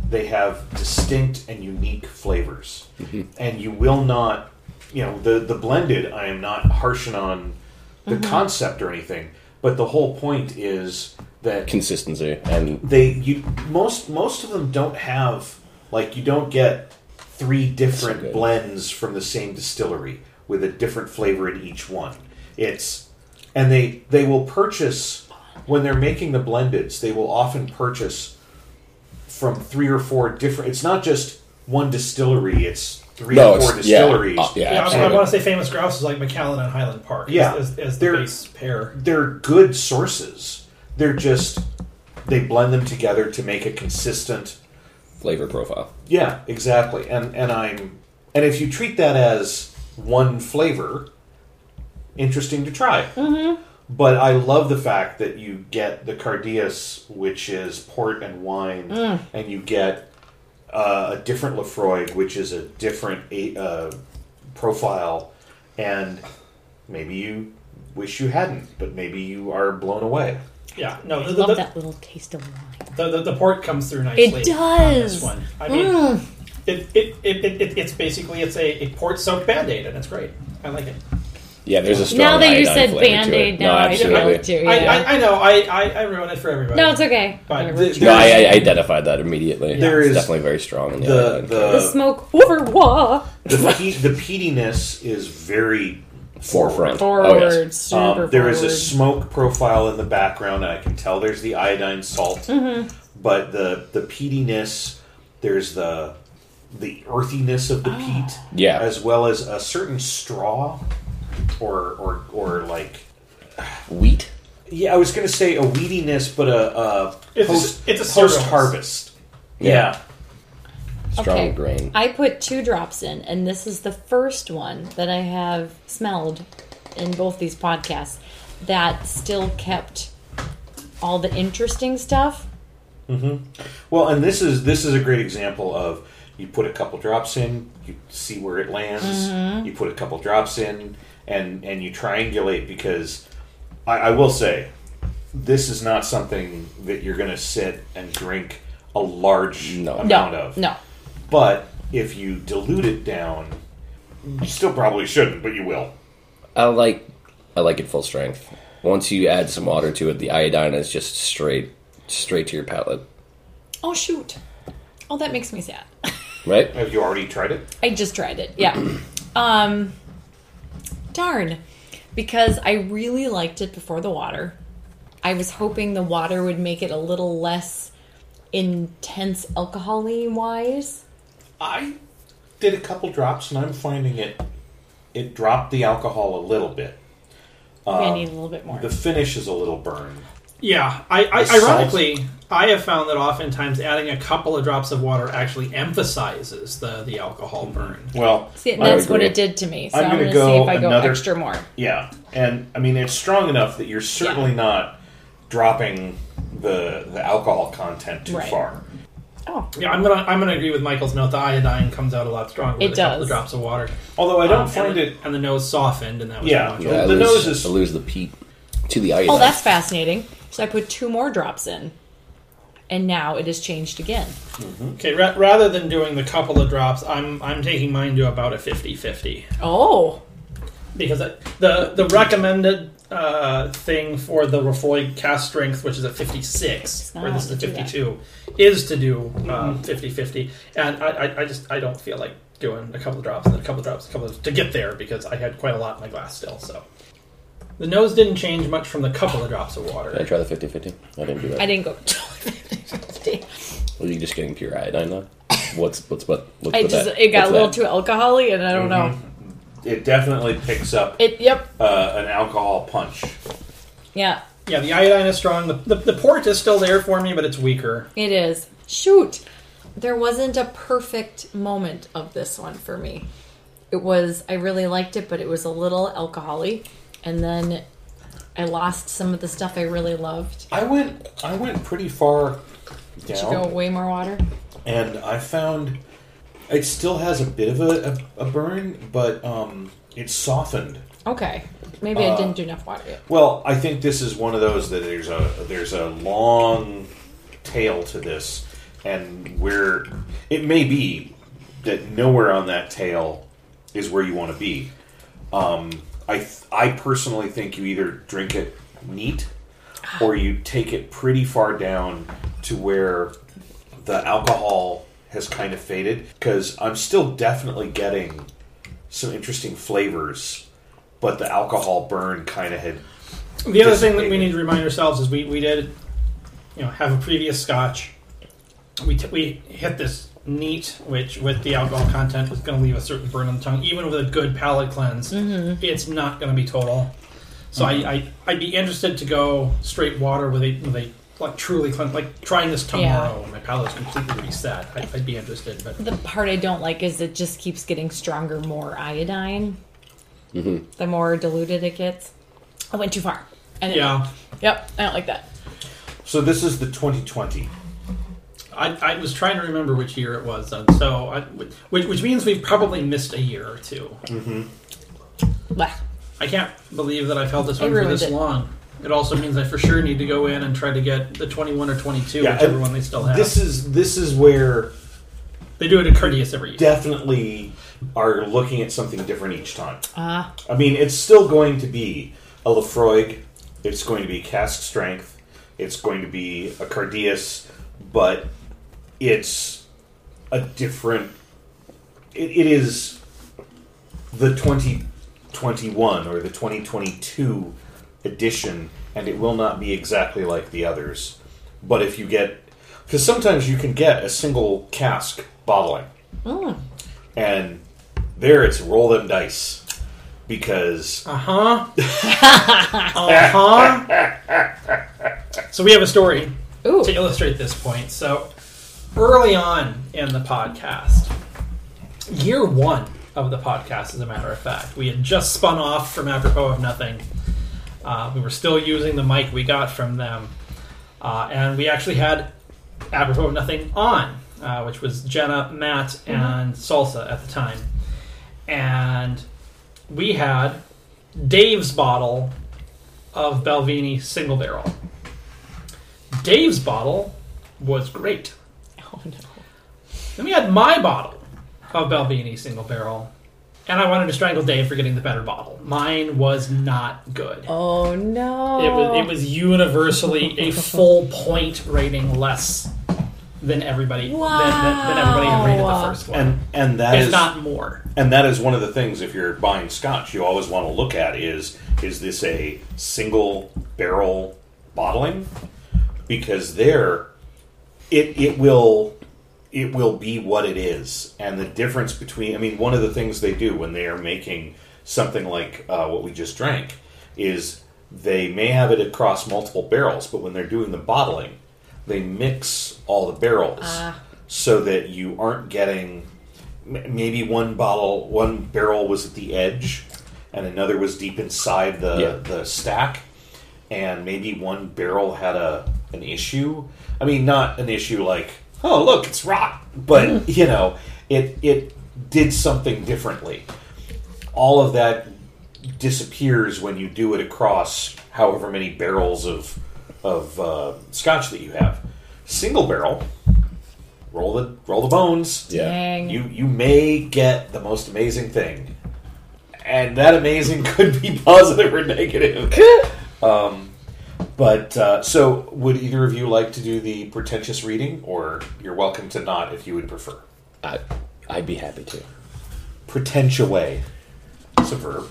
[SPEAKER 5] they have distinct and unique flavors. And you will not you know, the the blended I am not harshing on the concept or anything, but the whole point is that
[SPEAKER 4] Consistency and
[SPEAKER 5] they you most most of them don't have like you don't get three different
[SPEAKER 4] good.
[SPEAKER 5] blends from the same distillery with a different flavor in each one it's and they they will purchase when they're making the blendeds they will often purchase from three or four different it's not just one distillery. It's three
[SPEAKER 4] No,
[SPEAKER 5] or four
[SPEAKER 4] it's- yeah,
[SPEAKER 5] distilleries.
[SPEAKER 4] uh, yeah.
[SPEAKER 2] Yeah, I- I
[SPEAKER 4] absolutely.
[SPEAKER 2] want to say Famous Grouse is like McAllen and Highland Park. as-
[SPEAKER 5] Yeah.
[SPEAKER 2] as, as the
[SPEAKER 5] They're-
[SPEAKER 2] base pair.
[SPEAKER 5] They're good sources. They're just they blend them together to make a consistent
[SPEAKER 4] flavor profile.
[SPEAKER 5] Yeah, exactly. And and I'm and if you treat that as one flavor, interesting to try. Mm-hmm. But I love the fact that you get the Cardias, which is port and wine, and you get uh, a different Lefroy, which is a different a- uh, profile, and maybe you wish you hadn't, but maybe you are blown away.
[SPEAKER 2] Yeah, no,
[SPEAKER 3] I
[SPEAKER 2] the, the,
[SPEAKER 3] love
[SPEAKER 2] the,
[SPEAKER 3] that little taste of wine.
[SPEAKER 2] the, the, port comes through nicely.
[SPEAKER 3] It
[SPEAKER 2] on this
[SPEAKER 3] does. Mm.
[SPEAKER 2] one. I mean, it, it, it, it, it, it's basically it's a, a port soaked band aid, and it's great. I like it.
[SPEAKER 4] Yeah, there's a strong
[SPEAKER 3] Now that you
[SPEAKER 4] iodine
[SPEAKER 3] said
[SPEAKER 4] flavor to it.
[SPEAKER 3] Band-Aid,
[SPEAKER 4] No,
[SPEAKER 3] now I
[SPEAKER 4] absolutely.
[SPEAKER 3] feel it too.
[SPEAKER 2] I,
[SPEAKER 3] Yeah.
[SPEAKER 2] I, I know, I, I, I ruin it for everybody.
[SPEAKER 3] no, it's okay.
[SPEAKER 2] Fine.
[SPEAKER 3] Whatever.
[SPEAKER 5] Th-
[SPEAKER 4] No, I, I identified that immediately.
[SPEAKER 5] There
[SPEAKER 4] it's
[SPEAKER 5] is
[SPEAKER 4] definitely very strong. In the,
[SPEAKER 5] The
[SPEAKER 4] iodine.
[SPEAKER 3] the
[SPEAKER 5] the
[SPEAKER 3] smoke over wah.
[SPEAKER 5] the, pe- the peatiness is very
[SPEAKER 4] forefront.
[SPEAKER 3] Forward,
[SPEAKER 4] Oh yes.
[SPEAKER 3] super
[SPEAKER 5] Um, there is a
[SPEAKER 3] forward.
[SPEAKER 5] smoke profile in the background, and I can tell there's the iodine salt,
[SPEAKER 3] Mm-hmm.
[SPEAKER 5] but the the peatiness, there's the the earthiness of the
[SPEAKER 3] Ah.
[SPEAKER 5] peat,
[SPEAKER 4] Yeah.
[SPEAKER 5] as well as a certain straw, or or or like
[SPEAKER 4] Wheat.
[SPEAKER 5] yeah, I was going to say a weediness, but a, a
[SPEAKER 2] It's a-
[SPEAKER 5] post
[SPEAKER 2] it's a cereal.
[SPEAKER 5] post harvest.
[SPEAKER 4] Yeah.
[SPEAKER 5] Yeah.
[SPEAKER 4] Strong
[SPEAKER 3] Okay.
[SPEAKER 4] grain.
[SPEAKER 3] I put two drops in, and this is the first one that I have smelled in both these podcasts that still kept all the interesting stuff.
[SPEAKER 5] Well, and this is this is a great example of you put a couple drops in, you see where it lands. You put a couple drops in, and and you triangulate because I, I will say this is not something that you're going to sit and drink a large
[SPEAKER 4] No.
[SPEAKER 5] amount
[SPEAKER 3] No,
[SPEAKER 5] of.
[SPEAKER 3] no.
[SPEAKER 5] But if you dilute it down, you still probably shouldn't, but you will.
[SPEAKER 4] I like I like it full strength. Once you add some water to it, the iodine is just straight straight to your palate.
[SPEAKER 3] Oh shoot! Oh, that makes me sad.
[SPEAKER 4] Right?
[SPEAKER 5] Have you already tried it?
[SPEAKER 3] I just tried it. Yeah.
[SPEAKER 4] [CLEARS THROAT]
[SPEAKER 3] um, darn, because I really liked it before the water. I was hoping the water would make it a little less intense alcoholy wise.
[SPEAKER 5] I did a couple drops, and I'm finding it it dropped the alcohol a little bit.
[SPEAKER 3] Maybe I need a little bit more.
[SPEAKER 5] Uh, The finish is a little burned.
[SPEAKER 2] Yeah, I, I
[SPEAKER 5] The salt.
[SPEAKER 2] ironically, I have found that oftentimes adding a couple of drops of water actually emphasizes the, the alcohol burn.
[SPEAKER 5] Well,
[SPEAKER 3] See,
[SPEAKER 4] I
[SPEAKER 3] that's what
[SPEAKER 4] agree.
[SPEAKER 3] it did to me. So
[SPEAKER 5] I'm
[SPEAKER 3] I'm, going to
[SPEAKER 5] gonna
[SPEAKER 3] see
[SPEAKER 5] go
[SPEAKER 3] if I go
[SPEAKER 5] another-
[SPEAKER 3] extra more.
[SPEAKER 5] yeah, and I mean it's strong enough that you're certainly not dropping the the alcohol content too
[SPEAKER 3] Right.
[SPEAKER 5] far.
[SPEAKER 3] Oh,
[SPEAKER 2] Yeah, I'm gonna I'm gonna agree with Michael's note. The iodine comes out a lot stronger.
[SPEAKER 3] It
[SPEAKER 2] with a couple
[SPEAKER 3] does.
[SPEAKER 2] of drops of water.
[SPEAKER 5] Although I don't
[SPEAKER 2] Um,
[SPEAKER 5] find
[SPEAKER 2] and the,
[SPEAKER 5] it.
[SPEAKER 2] and the nose softened, and that was
[SPEAKER 5] Yeah.
[SPEAKER 2] pretty much
[SPEAKER 4] Yeah, I
[SPEAKER 5] The
[SPEAKER 4] lose,
[SPEAKER 5] nose is-
[SPEAKER 4] I lose the peat to the iodine.
[SPEAKER 3] oh, that's fascinating. So I put two more drops in, and now it has changed again.
[SPEAKER 2] it. Okay, ra- rather than doing the couple of drops, I'm I'm taking mine to about a 50-50.
[SPEAKER 3] Oh,
[SPEAKER 2] because I, the the recommended uh, thing for the Refloy cast strength, which is a 56,
[SPEAKER 3] not
[SPEAKER 2] where this is a
[SPEAKER 3] allowed to do that.
[SPEAKER 2] 52, is to do
[SPEAKER 5] Mm-hmm.
[SPEAKER 2] um, 50-50. And I, I, I just I don't feel like doing a couple of drops and then a couple of drops, a couple of to get there because I had quite a lot in my glass still. So the nose didn't change much from the couple of drops of
[SPEAKER 4] Did I
[SPEAKER 2] water.
[SPEAKER 4] try the 50-50? I didn't do that.
[SPEAKER 3] I didn't go. [LAUGHS]
[SPEAKER 4] [LAUGHS]
[SPEAKER 3] to
[SPEAKER 4] Were you just getting pure iodine
[SPEAKER 3] [LAUGHS]
[SPEAKER 4] though? What's what's what? What's
[SPEAKER 3] I
[SPEAKER 4] with
[SPEAKER 3] just
[SPEAKER 4] that?
[SPEAKER 3] it got
[SPEAKER 4] What's
[SPEAKER 3] a little
[SPEAKER 4] that?
[SPEAKER 3] too alcoholy, and I don't know.
[SPEAKER 5] Mm-hmm. It definitely picks up
[SPEAKER 3] It. Yep.
[SPEAKER 5] uh, an alcohol punch.
[SPEAKER 3] Yeah.
[SPEAKER 2] Yeah, the iodine is strong. The, the, the port is still there for me, but it's weaker.
[SPEAKER 3] It is. Shoot. There wasn't a perfect moment of this one for me. It was I really liked it, but it was a little alcoholy. And then I lost some of the stuff I really loved.
[SPEAKER 5] I went I went pretty far
[SPEAKER 3] Did
[SPEAKER 4] Oh.
[SPEAKER 3] you go
[SPEAKER 5] down,
[SPEAKER 3] way more water?
[SPEAKER 5] and I found it still has a bit of a, a, a burn, but um, it's softened.
[SPEAKER 3] Okay. Maybe
[SPEAKER 4] Uh,
[SPEAKER 3] I didn't do enough water yet.
[SPEAKER 5] Well, I think this is one of those that there's a there's a long tail to this, and where it may be that nowhere on that tail is where you want to be. Um, I th- I personally think you either drink it neat or you take it pretty far down to where the alcohol has kind of faded because I'm still definitely getting some interesting flavors, but the alcohol burn kind of had
[SPEAKER 2] The other
[SPEAKER 5] Just
[SPEAKER 2] thing that we
[SPEAKER 5] maybe.
[SPEAKER 2] need to remind ourselves is we, we did, you know, have a previous scotch. We, t- we hit this neat, which with the alcohol content is going to leave a certain burn on the tongue, even with a good palate cleanse, it's not going to be total. So I, I, I'd be interested to go straight water with a, with a like truly cleanse, like trying this tomorrow when my palate is completely reset. I, I'd be interested, but
[SPEAKER 3] The part I don't like is it just keeps getting stronger, more iodine.
[SPEAKER 4] Mm-hmm.
[SPEAKER 3] The more diluted it gets. I went too far. And it-
[SPEAKER 2] yeah,
[SPEAKER 3] Yep, I don't like that.
[SPEAKER 5] So this is the 2020.
[SPEAKER 2] I, I was trying to remember which year it was, and so I, which, which means we've probably missed a year or two.
[SPEAKER 3] Blah. [LAUGHS]
[SPEAKER 2] I can't believe that I've held this
[SPEAKER 3] I
[SPEAKER 2] one for
[SPEAKER 3] ruined
[SPEAKER 2] this
[SPEAKER 3] it.
[SPEAKER 2] long. It also means I for sure need to go in and try to get the 21 or 22,
[SPEAKER 5] Yeah,
[SPEAKER 2] whichever
[SPEAKER 5] and
[SPEAKER 2] one they still have.
[SPEAKER 5] This is this is where
[SPEAKER 2] they do it at Courteous every year.
[SPEAKER 5] definitely are looking at something different each time.
[SPEAKER 3] Ah,
[SPEAKER 5] I mean, it's still going to be a Lefroig. It's going to be cask strength. It's going to be a Cardias, but it's a different. It, it is the 2021 or the 2022 edition, and it will not be exactly like the others. But if you get. Because sometimes you can get a single cask bottling. And there it's roll them dice. Because
[SPEAKER 2] Uh huh. uh huh. so we have a story
[SPEAKER 3] ooh,
[SPEAKER 2] to illustrate this point. So early on in the podcast, year one of the podcast, as a matter of fact, we had just spun off from Apropos of Nothing. Uh, we were still using the mic we got from them, uh, and we actually had Apropos of Nothing on, uh, which was Jenna, Matt, and Salsa at the time, and we had Dave's bottle of Belvini single barrel. Dave's bottle was great.
[SPEAKER 3] oh no.
[SPEAKER 2] Then we had my bottle of Belvini single barrel, and I wanted to strangle Dave for getting the better bottle. Mine was not good.
[SPEAKER 3] Oh no.
[SPEAKER 2] It was it was universally a full point rating less than everybody than, than, than everybody had rated the
[SPEAKER 3] Wow.
[SPEAKER 2] first one,
[SPEAKER 5] and and that
[SPEAKER 2] if
[SPEAKER 5] is
[SPEAKER 2] not more.
[SPEAKER 5] and that is one of the things if you're buying scotch you always want to look at is is this a single barrel bottling because there it it will it will be what it is and the difference between i mean one of the things they do when they are making something like uh, what we just drank is they may have it across multiple barrels but when they're doing the bottling they mix all the barrels so that you aren't getting m- maybe one bottle one barrel was at the edge and another was deep inside the
[SPEAKER 4] Yeah.
[SPEAKER 5] the stack and maybe one barrel had a an issue. I mean, not an issue like oh look it's rot, but you know it it did something differently. All of that disappears when you do it across however many barrels of of uh, scotch that you have. Single barrel, roll the roll the bones.
[SPEAKER 4] Yeah.
[SPEAKER 3] Dang.
[SPEAKER 5] You you may get the most amazing thing, and that amazing [LAUGHS] could be positive or negative. [LAUGHS] um, but uh, so, would either of you like to do the pretentious reading, or you're welcome to not if you would prefer?
[SPEAKER 4] I, I'd be happy to.
[SPEAKER 5] Pretentious way. It's a verb.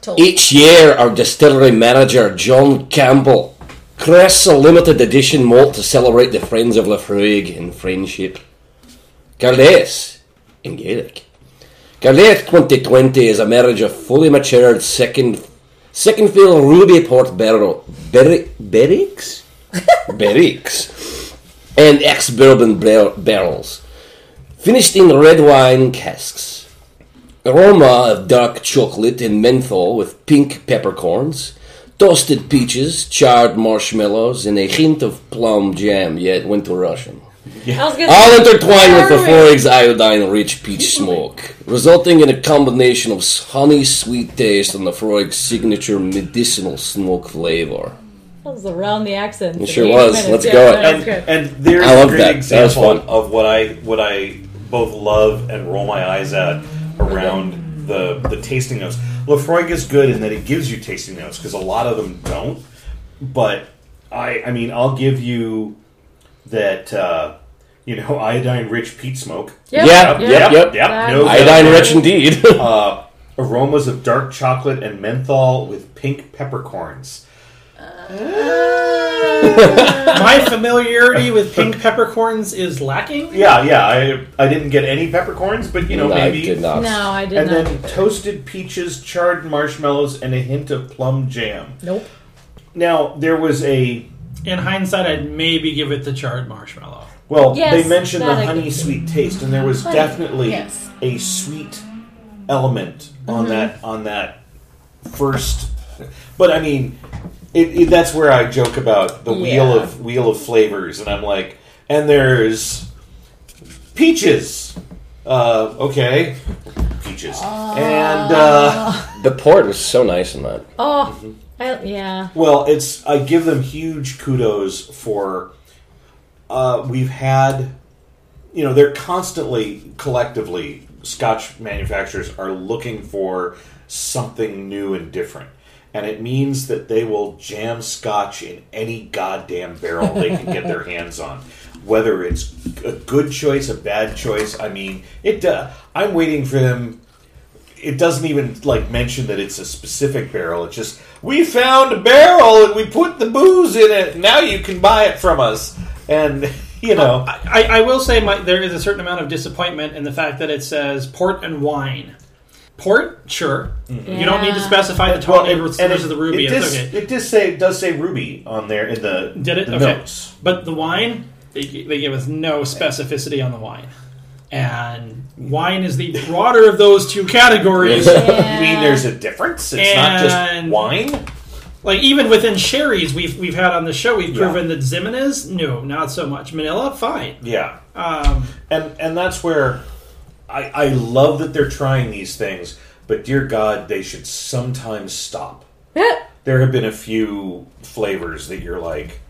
[SPEAKER 6] Told.
[SPEAKER 4] Each year, our distillery manager, John Campbell, crests a limited edition malt to celebrate the Friends of Lafroig in friendship. Carles, in Gaelic. Carles 2020 is a marriage of fully matured second second fill ruby port barrel. Berri- Berricks? Berricks. And ex bourbon bar- barrels. Finished in red wine casks. Aroma of dark chocolate and menthol with pink peppercorns, toasted peaches, charred marshmallows, and a hint of plum jam. Yeah, it went to Russian.
[SPEAKER 3] I was gonna
[SPEAKER 4] All
[SPEAKER 3] say,
[SPEAKER 4] intertwined with the
[SPEAKER 3] Perfect.
[SPEAKER 4] Florig's
[SPEAKER 3] [LAUGHS]
[SPEAKER 4] iodine-rich peach smoke, resulting in a combination of honey-sweet taste and the Florig's signature medicinal smoke flavor.
[SPEAKER 3] that was around the accent.
[SPEAKER 4] It sure was. Let's go.
[SPEAKER 5] and, and there's
[SPEAKER 4] I love
[SPEAKER 5] a great
[SPEAKER 4] that. That was
[SPEAKER 5] example
[SPEAKER 4] fun.
[SPEAKER 5] of what I what I both love and roll my eyes at around the the tasting notes. Lefroy is good in that it gives you tasting notes because a lot of them don't. But I I mean I'll give you that uh, you know [LAUGHS] iodine rich peat smoke.
[SPEAKER 4] Yeah,
[SPEAKER 3] yeah,
[SPEAKER 4] yep, yep.
[SPEAKER 5] no doubt there.
[SPEAKER 4] Iodine-rich indeed.
[SPEAKER 5] Uh, aromas of dark chocolate and menthol with pink peppercorns.
[SPEAKER 2] My familiarity with pink peppercorns is lacking.
[SPEAKER 5] Yeah, yeah. I I didn't get any peppercorns,
[SPEAKER 4] [LAUGHS]
[SPEAKER 5] but you know
[SPEAKER 4] No,
[SPEAKER 5] maybe.
[SPEAKER 4] I did not.
[SPEAKER 3] No, I did
[SPEAKER 5] And
[SPEAKER 3] not.
[SPEAKER 5] then toasted peaches, charred marshmallows, and a hint of plum jam.
[SPEAKER 3] nope.
[SPEAKER 5] Now there was a
[SPEAKER 2] In hindsight, I'd maybe give it the charred marshmallow.
[SPEAKER 5] well.
[SPEAKER 3] Yes,
[SPEAKER 5] they mentioned the
[SPEAKER 3] that I
[SPEAKER 5] honey
[SPEAKER 3] could-
[SPEAKER 5] sweet taste, and there was definitely
[SPEAKER 6] yes.
[SPEAKER 5] a sweet element
[SPEAKER 3] Mm-hmm.
[SPEAKER 5] on that on that first. But I mean, it, it- that's where I joke about the wheel
[SPEAKER 3] Yeah.
[SPEAKER 5] of wheel of flavors, and I'm like, and there's peaches. Uh, okay, peaches, and uh,
[SPEAKER 4] The port was so nice in that.
[SPEAKER 3] Oh, I, yeah.
[SPEAKER 5] well, it's I give them huge kudos for. Uh, we've had, you know, they're constantly collectively Scotch manufacturers are looking for something new and different. And it means that they will jam scotch in any goddamn barrel they can get their hands on. Whether it's a good choice, a bad choice, I mean, it. Uh, I'm waiting for them it doesn't even like mention that it's a specific barrel. It's just we found a barrel and we put the booze in it. and Now you can buy it from us, and you know,
[SPEAKER 2] I, I will say my, there is a certain amount of disappointment in the fact that it says port and wine. Port, sure. You don't need to
[SPEAKER 3] Yeah.
[SPEAKER 2] specify the
[SPEAKER 5] well,
[SPEAKER 2] total well,
[SPEAKER 5] and
[SPEAKER 2] of the ruby.
[SPEAKER 5] It
[SPEAKER 2] It's
[SPEAKER 5] does,
[SPEAKER 2] okay.
[SPEAKER 5] it does say does say ruby on there in the
[SPEAKER 2] Did it?
[SPEAKER 5] the
[SPEAKER 2] Okay.
[SPEAKER 5] notes.
[SPEAKER 2] But the wine, they, they gave us no specificity on the wine. And wine is the broader of those two
[SPEAKER 5] [LAUGHS]
[SPEAKER 2] categories.
[SPEAKER 5] I mean, there's a difference. It's not just
[SPEAKER 2] And-
[SPEAKER 5] wine.
[SPEAKER 2] like even within sherry's we've we've had on the show, we've
[SPEAKER 5] Yeah.
[SPEAKER 2] proven that Zimenez, no, not so much. Manila, fine.
[SPEAKER 5] Yeah,
[SPEAKER 2] Um,
[SPEAKER 5] and and that's where I, I love that they're trying these things, but dear God, they should sometimes stop. There have been a few flavors that you're like,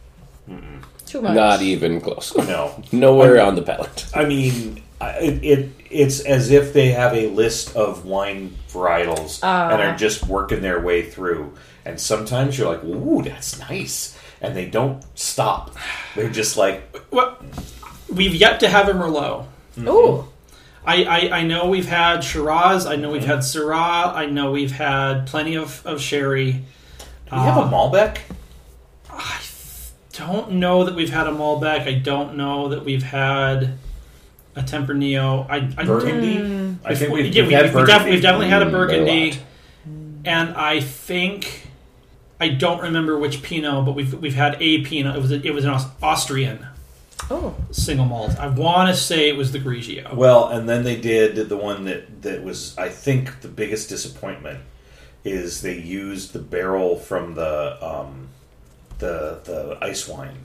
[SPEAKER 3] [LAUGHS] Too much.
[SPEAKER 4] Not even close. [LAUGHS]
[SPEAKER 5] no,
[SPEAKER 4] Nowhere on the palate.
[SPEAKER 5] I mean, I- it, it it's as if they have a list of wine varietals and are just working their way through. And sometimes you're like, "Ooh, that's nice," and they don't stop. They're just like,
[SPEAKER 2] what we've yet to have a Merlot.
[SPEAKER 3] Ooh.
[SPEAKER 2] I, I, I know we've had Shiraz, I know we've had
[SPEAKER 5] Mhm.
[SPEAKER 2] Syrah, I know we've had plenty of, of sherry.
[SPEAKER 5] "We have a Malbec."
[SPEAKER 2] Don't know that we've had a Malbec. I don't know that we've had a Tempranillo. I, I
[SPEAKER 5] Burgundy. I think we've,
[SPEAKER 2] yeah,
[SPEAKER 5] we've
[SPEAKER 2] we,
[SPEAKER 5] had
[SPEAKER 2] have def-
[SPEAKER 5] Burgundy.
[SPEAKER 2] we've definitely had a
[SPEAKER 4] a
[SPEAKER 2] Burgundy,
[SPEAKER 4] lot.
[SPEAKER 2] and I think I don't remember which Pinot, but we've we've had a Pinot. It was a, it was an Aus- Austrian
[SPEAKER 3] Oh.
[SPEAKER 2] single malt. I want to say it was the Grigio.
[SPEAKER 5] Well, and then they did the one that that was, I think, the biggest disappointment is they used the barrel from the um, the the ice wine.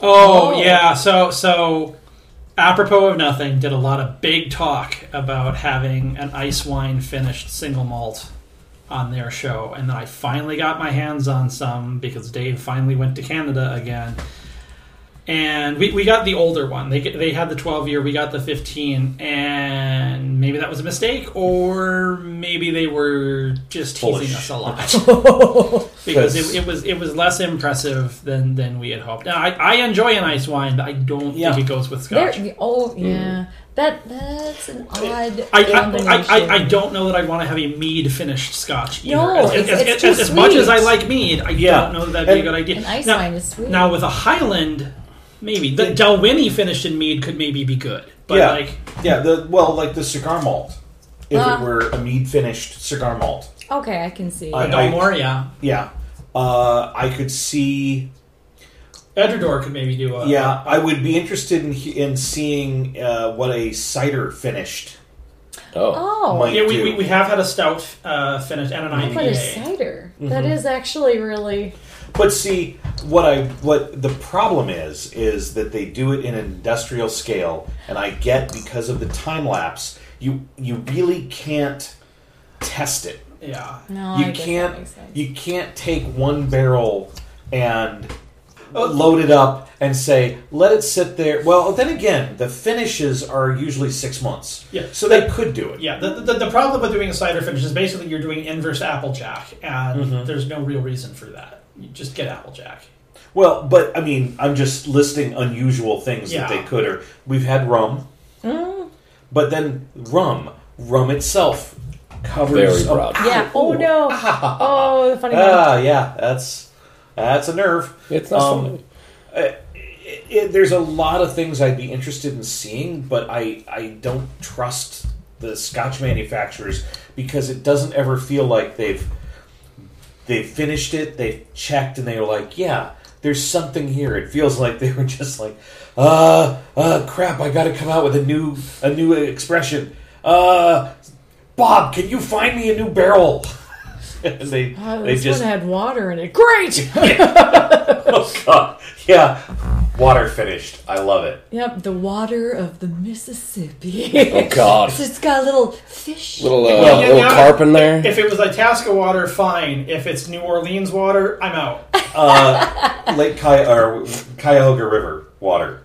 [SPEAKER 2] Oh,
[SPEAKER 3] Oh.
[SPEAKER 2] yeah, so so apropos of nothing, did a lot of big talk about having an ice wine finished single malt on their show, and then I finally got my hands on some because Dave finally went to Canada again. And we, we got the older one. They they had the 12 year, we got the 15, and maybe that was a mistake, or maybe they were just teasing
[SPEAKER 5] Bullish.
[SPEAKER 2] us a lot because
[SPEAKER 5] Because-
[SPEAKER 2] it, it was it was less impressive than than we had hoped. Now, I, I enjoy an ice wine, but I don't
[SPEAKER 5] Yeah.
[SPEAKER 2] think it goes with
[SPEAKER 3] There.
[SPEAKER 2] scotch.
[SPEAKER 3] Oh,
[SPEAKER 4] Mm.
[SPEAKER 3] yeah. That that's an odd
[SPEAKER 2] I, I,
[SPEAKER 3] combination.
[SPEAKER 2] I, I, I don't know that I want to have a mead finished scotch. Either.
[SPEAKER 3] No,
[SPEAKER 2] as,
[SPEAKER 3] it's-
[SPEAKER 2] as-
[SPEAKER 3] it's
[SPEAKER 2] as-
[SPEAKER 3] too
[SPEAKER 2] as much as I
[SPEAKER 3] sweet.
[SPEAKER 2] like mead, I
[SPEAKER 5] Yeah.
[SPEAKER 2] don't know that that'd be a
[SPEAKER 5] And-
[SPEAKER 2] good idea.
[SPEAKER 3] An ice
[SPEAKER 2] now,
[SPEAKER 3] wine is sweet.
[SPEAKER 2] now with a Highland, maybe the Dalwhinnie finished in mead could maybe be good, but
[SPEAKER 5] yeah,
[SPEAKER 2] like
[SPEAKER 5] yeah, the well, like the cigar malt. If
[SPEAKER 3] Ah.
[SPEAKER 5] it were a mead finished cigar malt,
[SPEAKER 3] okay, I can see.
[SPEAKER 5] I-
[SPEAKER 2] Dalmoria,
[SPEAKER 5] yeah, uh, I could see.
[SPEAKER 2] Edredor could maybe do a
[SPEAKER 5] Yeah, I would be interested in in seeing uh, what a cider finished.
[SPEAKER 4] Oh.
[SPEAKER 3] oh.
[SPEAKER 5] Might-
[SPEAKER 2] Yeah, we,
[SPEAKER 5] do.
[SPEAKER 2] we, we have had a stout uh, finished and an
[SPEAKER 3] What a
[SPEAKER 2] IPA.
[SPEAKER 3] cider! That is actually really
[SPEAKER 5] But see, what I what the problem is is that they do it in an industrial scale, and I get because of the time lapse, you you really can't test it.
[SPEAKER 2] Yeah.
[SPEAKER 3] no. I
[SPEAKER 5] you
[SPEAKER 3] guess That
[SPEAKER 5] can't
[SPEAKER 3] makes sense.
[SPEAKER 5] you can't take one barrel and
[SPEAKER 2] Oh.
[SPEAKER 5] load it up and say let it sit there well then again the finishes are usually six months
[SPEAKER 2] Yeah.
[SPEAKER 5] so they could do it
[SPEAKER 2] Yeah, the, the, the problem with doing a cider finish is basically you're doing inverse Applejack, and there's no real reason for that. You just get Applejack.
[SPEAKER 5] well but i mean i'm just listing unusual things that
[SPEAKER 2] Yeah.
[SPEAKER 5] they could or we've had rum
[SPEAKER 3] Mm.
[SPEAKER 5] but then rum rum itself covers
[SPEAKER 4] Very
[SPEAKER 5] a-
[SPEAKER 4] broad.
[SPEAKER 3] Yeah. Oh no. Oh, the funny. one.
[SPEAKER 5] ah yeah that's That's a nerve.
[SPEAKER 4] It's not
[SPEAKER 5] Um,
[SPEAKER 4] funny.
[SPEAKER 5] it, it, there's a lot of things I'd be interested in seeing, but I I don't trust the Scotch manufacturers because it doesn't ever feel like they've they've finished it, they've checked, and they were like, yeah, there's something here. It feels [LAUGHS] like they were just like, uh, uh, crap, I got to come out with a new a new expression. Uh, Bob, can you find me a new barrel? [LAUGHS] and they they just
[SPEAKER 3] had water in it. Great.
[SPEAKER 5] oh god yeah water finished. I love it.
[SPEAKER 3] yep, the water of the [LAUGHS] Mississippi.
[SPEAKER 4] Oh God,
[SPEAKER 3] So it's got a little fish.
[SPEAKER 4] little uh,
[SPEAKER 2] Well,
[SPEAKER 4] little
[SPEAKER 2] now-
[SPEAKER 4] carp in there.
[SPEAKER 2] If it was Itasca water, fine. If it's New Orleans water, I'm out.
[SPEAKER 5] Lake Ki- or Cuyahoga River water.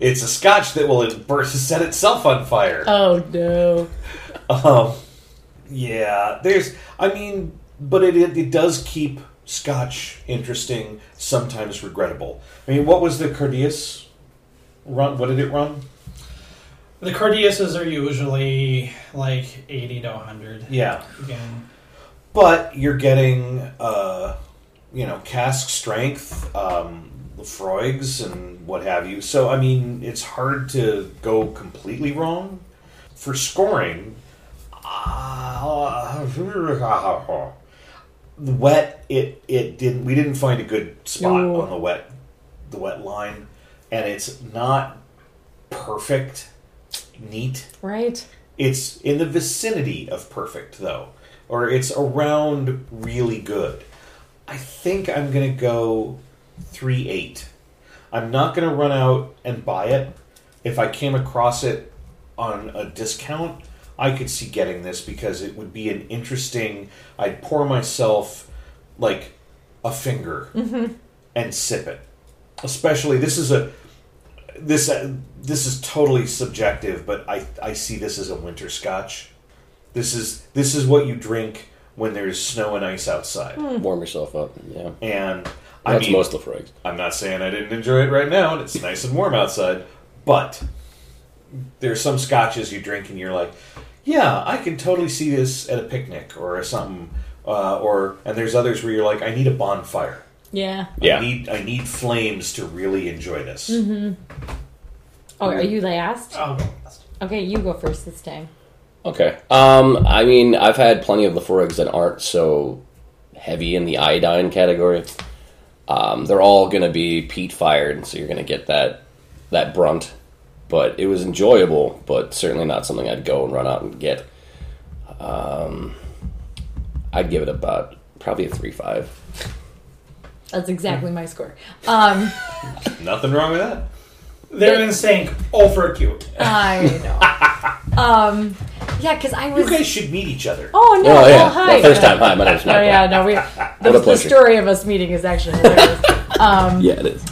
[SPEAKER 5] It's a scotch that will burst set itself on fire.
[SPEAKER 3] oh no.
[SPEAKER 5] Um, yeah, there's. I mean, but it, it it does keep scotch interesting, sometimes regrettable. I mean, what was the Cardias run? What did it run?
[SPEAKER 2] The Cardiases are usually like 80 to 100.
[SPEAKER 5] Yeah,
[SPEAKER 2] Again,
[SPEAKER 5] but you're getting uh, you know cask strength um, froigs and what have you so i mean it's hard to go completely wrong for scoring uh, the [LAUGHS] wet it it didn't we didn't find a good spot
[SPEAKER 3] No.
[SPEAKER 5] on the wet the wet line and it's not perfect neat
[SPEAKER 3] Right.
[SPEAKER 5] it's in the vicinity of perfect, though, or it's around really good. I think I'm going to go 3 8. I'm not going to run out and buy it. If I came across it on a discount, I could see getting this because it would be an interesting. I'd pour myself like a finger and sip it. Especially, this is a this uh, this is totally subjective, but I I see this as a winter scotch. This is this is what you drink when there's snow and ice outside.
[SPEAKER 4] Warm yourself up. Yeah,
[SPEAKER 5] And I
[SPEAKER 4] that's
[SPEAKER 5] mean,
[SPEAKER 4] most Lafroigs.
[SPEAKER 5] I'm not saying I didn't enjoy it right now, and it's nice and warm outside, but there's some scotches you drink and you're like, yeah, I can totally see this at a picnic or something, uh, or and there's others where you're like, I need a bonfire.
[SPEAKER 3] Yeah.
[SPEAKER 5] I need I need flames to really enjoy this.
[SPEAKER 3] Oh, are you last?
[SPEAKER 2] I'll go last.
[SPEAKER 3] Okay, you go first this time.
[SPEAKER 4] Okay. Um, I mean, I've had plenty of Lafroigs that aren't so heavy in the iodine category. Um, they're all going to be peat fired, so you're going to get that that brunt. But it was enjoyable, but certainly not something I'd go and run out and get. Um, I'd give it about probably a three five.
[SPEAKER 3] That's exactly my [LAUGHS] score. Um,
[SPEAKER 5] Nothing wrong with that.
[SPEAKER 2] They're in sync over cute.
[SPEAKER 3] I know. Um, yeah, because I was.
[SPEAKER 5] You guys should meet each other.
[SPEAKER 3] oh no!
[SPEAKER 4] oh yeah,
[SPEAKER 3] well, hi.
[SPEAKER 4] Well, first time. Hi, my name's
[SPEAKER 3] Oh
[SPEAKER 4] Michael.
[SPEAKER 3] yeah, no, we. The,
[SPEAKER 4] a
[SPEAKER 3] the
[SPEAKER 4] pleasure.
[SPEAKER 3] story of us meeting is actually hilarious. um,
[SPEAKER 4] yeah, it is.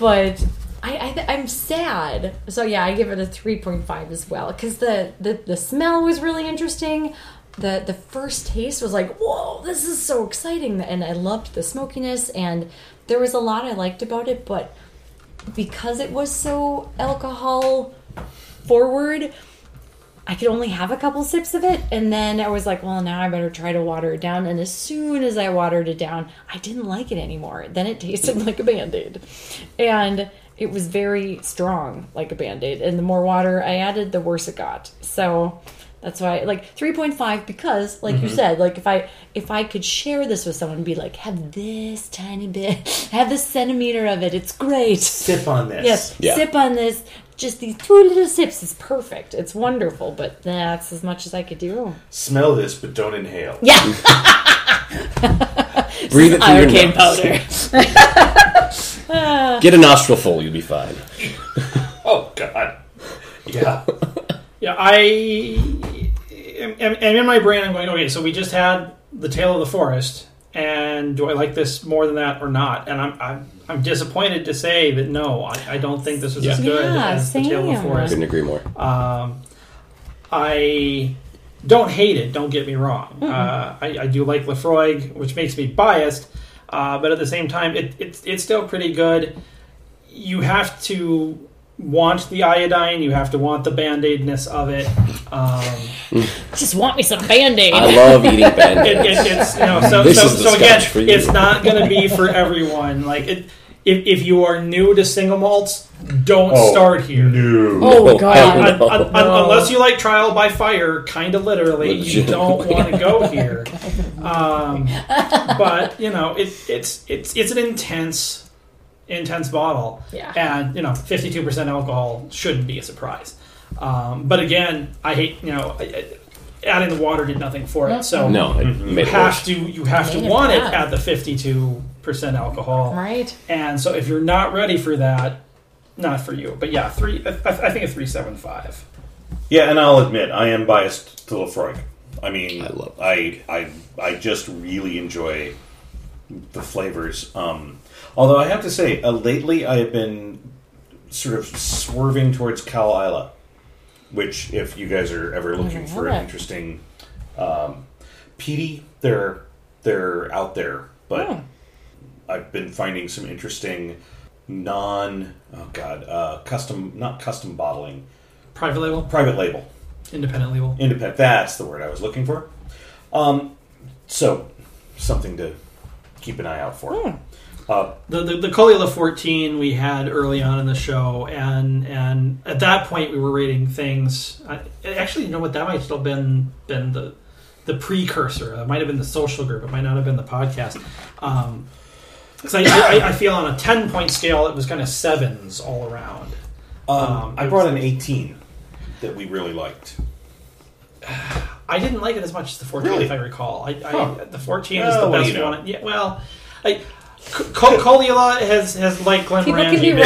[SPEAKER 3] but I, I th- I'm sad. So yeah, I give it a 3.5 as well because the, the the smell was really interesting. The the first taste was like, whoa, this is so exciting, and I loved the smokiness, and there was a lot I liked about it, but because it was so alcohol forward. I could only have a couple sips of it, and then I was like, "Well, now I better try to water it down." And as soon as I watered it down, I didn't like it anymore. Then it tasted [LAUGHS] like a band-aid, and it was very strong, like a band-aid. And the more water I added, the worse it got. So that's why, like three point five, because, like you said, like if I if I could share this with someone, and be like, "Have this tiny bit, [LAUGHS] have this centimeter of it. It's great."
[SPEAKER 5] Sip on this.
[SPEAKER 3] Yes,
[SPEAKER 4] Yeah.
[SPEAKER 3] sip on this. Just these two little sips is perfect. It's wonderful, but that's as much as I could do.
[SPEAKER 5] Smell this, but don't inhale.
[SPEAKER 3] Yeah,
[SPEAKER 4] Breathe it through your
[SPEAKER 3] arcane
[SPEAKER 4] nose.
[SPEAKER 3] powder.
[SPEAKER 4] Get a nostril full, you'll be fine.
[SPEAKER 5] Oh God. Yeah.
[SPEAKER 2] Yeah, I am, am, am in my brain. I'm going, okay, so we just had the Tale of the Forest, and do I like this more than that or not? And I'm I'm, I'm disappointed to say that no, I, I don't think this is as
[SPEAKER 4] Yeah.
[SPEAKER 2] good
[SPEAKER 3] Yeah,
[SPEAKER 2] as the Tale of the
[SPEAKER 3] same.
[SPEAKER 4] I
[SPEAKER 2] Forest.
[SPEAKER 4] couldn't agree more.
[SPEAKER 2] Um, I don't hate it. Don't get me wrong. Uh, I, I do like Lefroy, which makes me biased, uh, but at the same time, it, it's it's still pretty good. You have to want the iodine. You have to want the band aidness of it. Um,
[SPEAKER 3] Just want me some band aid.
[SPEAKER 4] I love eating
[SPEAKER 2] it,
[SPEAKER 4] band
[SPEAKER 2] it, it's you know so
[SPEAKER 4] This
[SPEAKER 2] so,
[SPEAKER 4] is the
[SPEAKER 2] so again
[SPEAKER 4] scotch for you.
[SPEAKER 2] it's not going to be for everyone like it, if, if you are new to single malts don't
[SPEAKER 5] Oh,
[SPEAKER 2] start here
[SPEAKER 5] No.
[SPEAKER 3] oh,
[SPEAKER 4] No,
[SPEAKER 3] God.
[SPEAKER 4] I-
[SPEAKER 2] Un- un- un-
[SPEAKER 3] No.
[SPEAKER 2] unless you like trial by fire kind of literally you
[SPEAKER 4] Legit.
[SPEAKER 2] don't want to go here um, but you know it, it's it's it's an intense intense bottle
[SPEAKER 3] Yeah.
[SPEAKER 2] and you know 52% alcohol shouldn't be a surprise um, but again i hate you know I- I- adding the water did nothing for it so
[SPEAKER 4] No, it
[SPEAKER 5] Mm-hmm.
[SPEAKER 4] made
[SPEAKER 2] you
[SPEAKER 4] it
[SPEAKER 2] have
[SPEAKER 4] worse.
[SPEAKER 2] to you have to
[SPEAKER 3] Made it
[SPEAKER 2] want it
[SPEAKER 3] Mm-hmm. bad.
[SPEAKER 2] at the 52% alcohol
[SPEAKER 3] Right.
[SPEAKER 2] and so if you're not ready for that not for you but yeah three i, I think a 375
[SPEAKER 5] Yeah, and I'll admit I am biased to Lafroig. I mean,
[SPEAKER 4] I love
[SPEAKER 5] I, I I just really enjoy the flavors. Um, although I have to say, uh, lately I have been sort of swerving towards Cal Isla, which, if you guys are ever looking
[SPEAKER 3] Never
[SPEAKER 5] for
[SPEAKER 3] had
[SPEAKER 5] an
[SPEAKER 3] it.
[SPEAKER 5] interesting um, peaty, they're they're out there, but
[SPEAKER 3] Hmm.
[SPEAKER 5] I've been finding some interesting non oh god uh, custom not custom bottling
[SPEAKER 2] private label
[SPEAKER 5] private label
[SPEAKER 2] independent label
[SPEAKER 5] Independent. That's the word I was looking for. Um, so something to keep an eye out for.
[SPEAKER 2] Hmm.
[SPEAKER 5] Uh,
[SPEAKER 2] the, the the Coliola 14 we had early on in the show and and at that point we were rating things I, actually you know what that might still been been the the precursor it might have been the social group it might not have been the podcast um 'cause I, I, I feel on a 10 point scale it was kind of sevens all around
[SPEAKER 5] Um, I
[SPEAKER 2] it
[SPEAKER 5] brought
[SPEAKER 2] was-
[SPEAKER 5] an 18 that we really liked.
[SPEAKER 2] I didn't like it as much as the 14,
[SPEAKER 5] Really?
[SPEAKER 2] if I recall. I, I
[SPEAKER 5] Huh.
[SPEAKER 2] the 14 is
[SPEAKER 5] Oh,
[SPEAKER 2] the
[SPEAKER 5] what do
[SPEAKER 2] best
[SPEAKER 5] you know?
[SPEAKER 2] one. Yeah, well, I, Col- Coliola has has like Glen
[SPEAKER 3] People can
[SPEAKER 2] Randy been,
[SPEAKER 3] be [LAUGHS] wrong.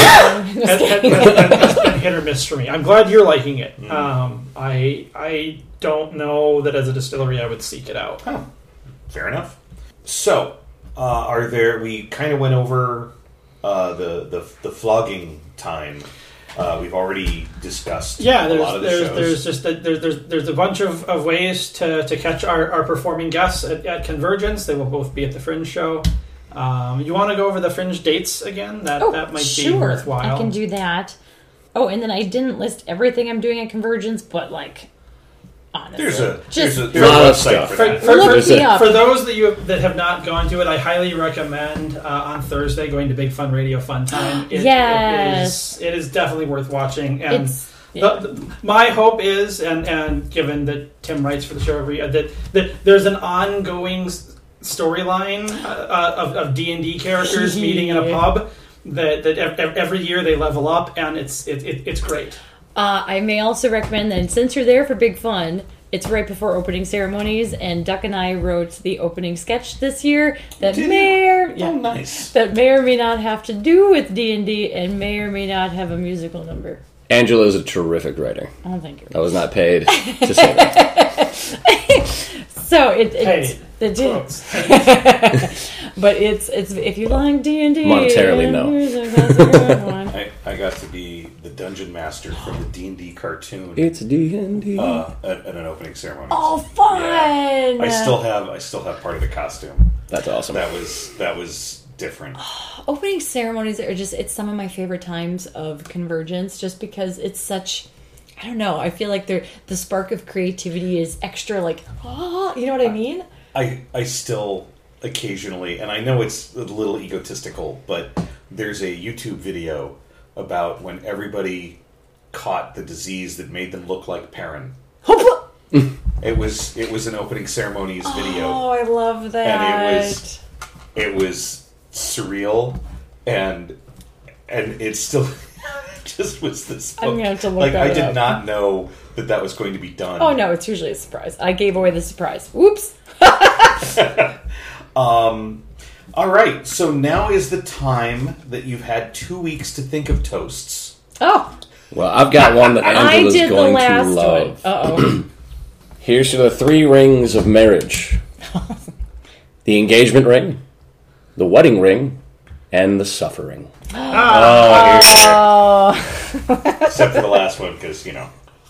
[SPEAKER 2] has, has, has- has been hit or miss for me. I'm glad you're liking it.
[SPEAKER 5] Mm.
[SPEAKER 2] Um, I I don't know that as a distillery I would seek it out.
[SPEAKER 5] Fair enough. So, uh, are there? We kind of went over uh, the, the the flogging time. Uh, we've already discussed.
[SPEAKER 2] Yeah,
[SPEAKER 5] a
[SPEAKER 2] there's
[SPEAKER 5] lot of the
[SPEAKER 2] there's,
[SPEAKER 5] shows.
[SPEAKER 2] there's just a, there's, there's there's a bunch of, of ways to, to catch our, our performing guests at, at Convergence. They will both be at the Fringe show. Um, you want to go over the Fringe dates again? That
[SPEAKER 3] Oh,
[SPEAKER 2] that might
[SPEAKER 3] sure.
[SPEAKER 2] be worthwhile.
[SPEAKER 3] I can do that. Oh, and then I didn't list everything I'm doing at Convergence, but like, honestly,
[SPEAKER 5] There's a
[SPEAKER 3] just
[SPEAKER 5] there's a, there's a
[SPEAKER 4] Lot of
[SPEAKER 5] website
[SPEAKER 4] stuff.
[SPEAKER 5] for
[SPEAKER 2] for,
[SPEAKER 5] that.
[SPEAKER 2] for,
[SPEAKER 3] Look
[SPEAKER 2] for,
[SPEAKER 3] me up.
[SPEAKER 2] for those that you that have not gone to it, I highly recommend uh, on Thursday going to Big Fun Radio Fun
[SPEAKER 3] [GASPS]
[SPEAKER 2] Time. It,
[SPEAKER 3] Yes.
[SPEAKER 2] it is, it is definitely worth watching. And
[SPEAKER 3] It's- uh,
[SPEAKER 2] the, the- my hope is, and and given that Tim writes for the show every uh, that that there's an ongoing s- storyline uh, uh, of of D and D
[SPEAKER 3] [LAUGHS]
[SPEAKER 2] characters meeting in a pub. That, that ev- ev- every year they level up and it's it, it, it's great.
[SPEAKER 3] Uh, I may also recommend that since you're there for big fun, it's right before opening ceremonies, and Duck and I wrote the opening sketch this year that
[SPEAKER 5] Did you?
[SPEAKER 3] may or
[SPEAKER 5] Oh,
[SPEAKER 3] yeah,
[SPEAKER 5] nice.
[SPEAKER 3] that may or may not have to do with D and D, and may or may not have a musical number.
[SPEAKER 4] Angela is a terrific writer.
[SPEAKER 3] I don't think you're
[SPEAKER 4] I was not paid
[SPEAKER 3] [LAUGHS]
[SPEAKER 4] to say that.
[SPEAKER 3] so. It, it's
[SPEAKER 2] Hey.
[SPEAKER 3] it did, but it's it's if you like D and D
[SPEAKER 4] Monetarily, no. [LAUGHS]
[SPEAKER 3] no.
[SPEAKER 5] I, I got to be the dungeon master from the D and D cartoon
[SPEAKER 4] It's D and D.
[SPEAKER 5] uh, at, at an opening ceremony.
[SPEAKER 3] oh, fun!
[SPEAKER 5] Yeah. I still have I still have part of the costume.
[SPEAKER 4] That's awesome.
[SPEAKER 5] That was that was different.
[SPEAKER 3] opening ceremonies are just it's some of my favorite times of convergence just because it's such i don't know i feel like they're, the spark of creativity is extra like ah, you know what i mean
[SPEAKER 5] I I still occasionally, and I know it's a little egotistical, but there's a YouTube video about when everybody caught the disease that made them look like Perrin. it was it was an opening ceremonies video.
[SPEAKER 3] oh i love that
[SPEAKER 5] was- It was surreal and and it's still [LAUGHS] it just was this
[SPEAKER 3] I'm
[SPEAKER 5] book.
[SPEAKER 3] gonna have to look
[SPEAKER 5] like I
[SPEAKER 3] that
[SPEAKER 5] did
[SPEAKER 3] up.
[SPEAKER 5] not know that that was going to be done.
[SPEAKER 3] oh no it's usually a surprise i gave away the surprise whoops
[SPEAKER 5] All right, so now is the time that you've had two weeks to think of toasts.
[SPEAKER 3] oh
[SPEAKER 4] Well, I've got one that
[SPEAKER 3] i
[SPEAKER 4] Angela's
[SPEAKER 3] did the
[SPEAKER 4] going
[SPEAKER 3] last
[SPEAKER 4] to love.
[SPEAKER 3] one uh-oh
[SPEAKER 4] Here's to the three rings
[SPEAKER 3] [LAUGHS]
[SPEAKER 4] of marriage the engagement ring, the wedding ring, and the suffering.
[SPEAKER 5] Oh, here we go. except for the last one, because you know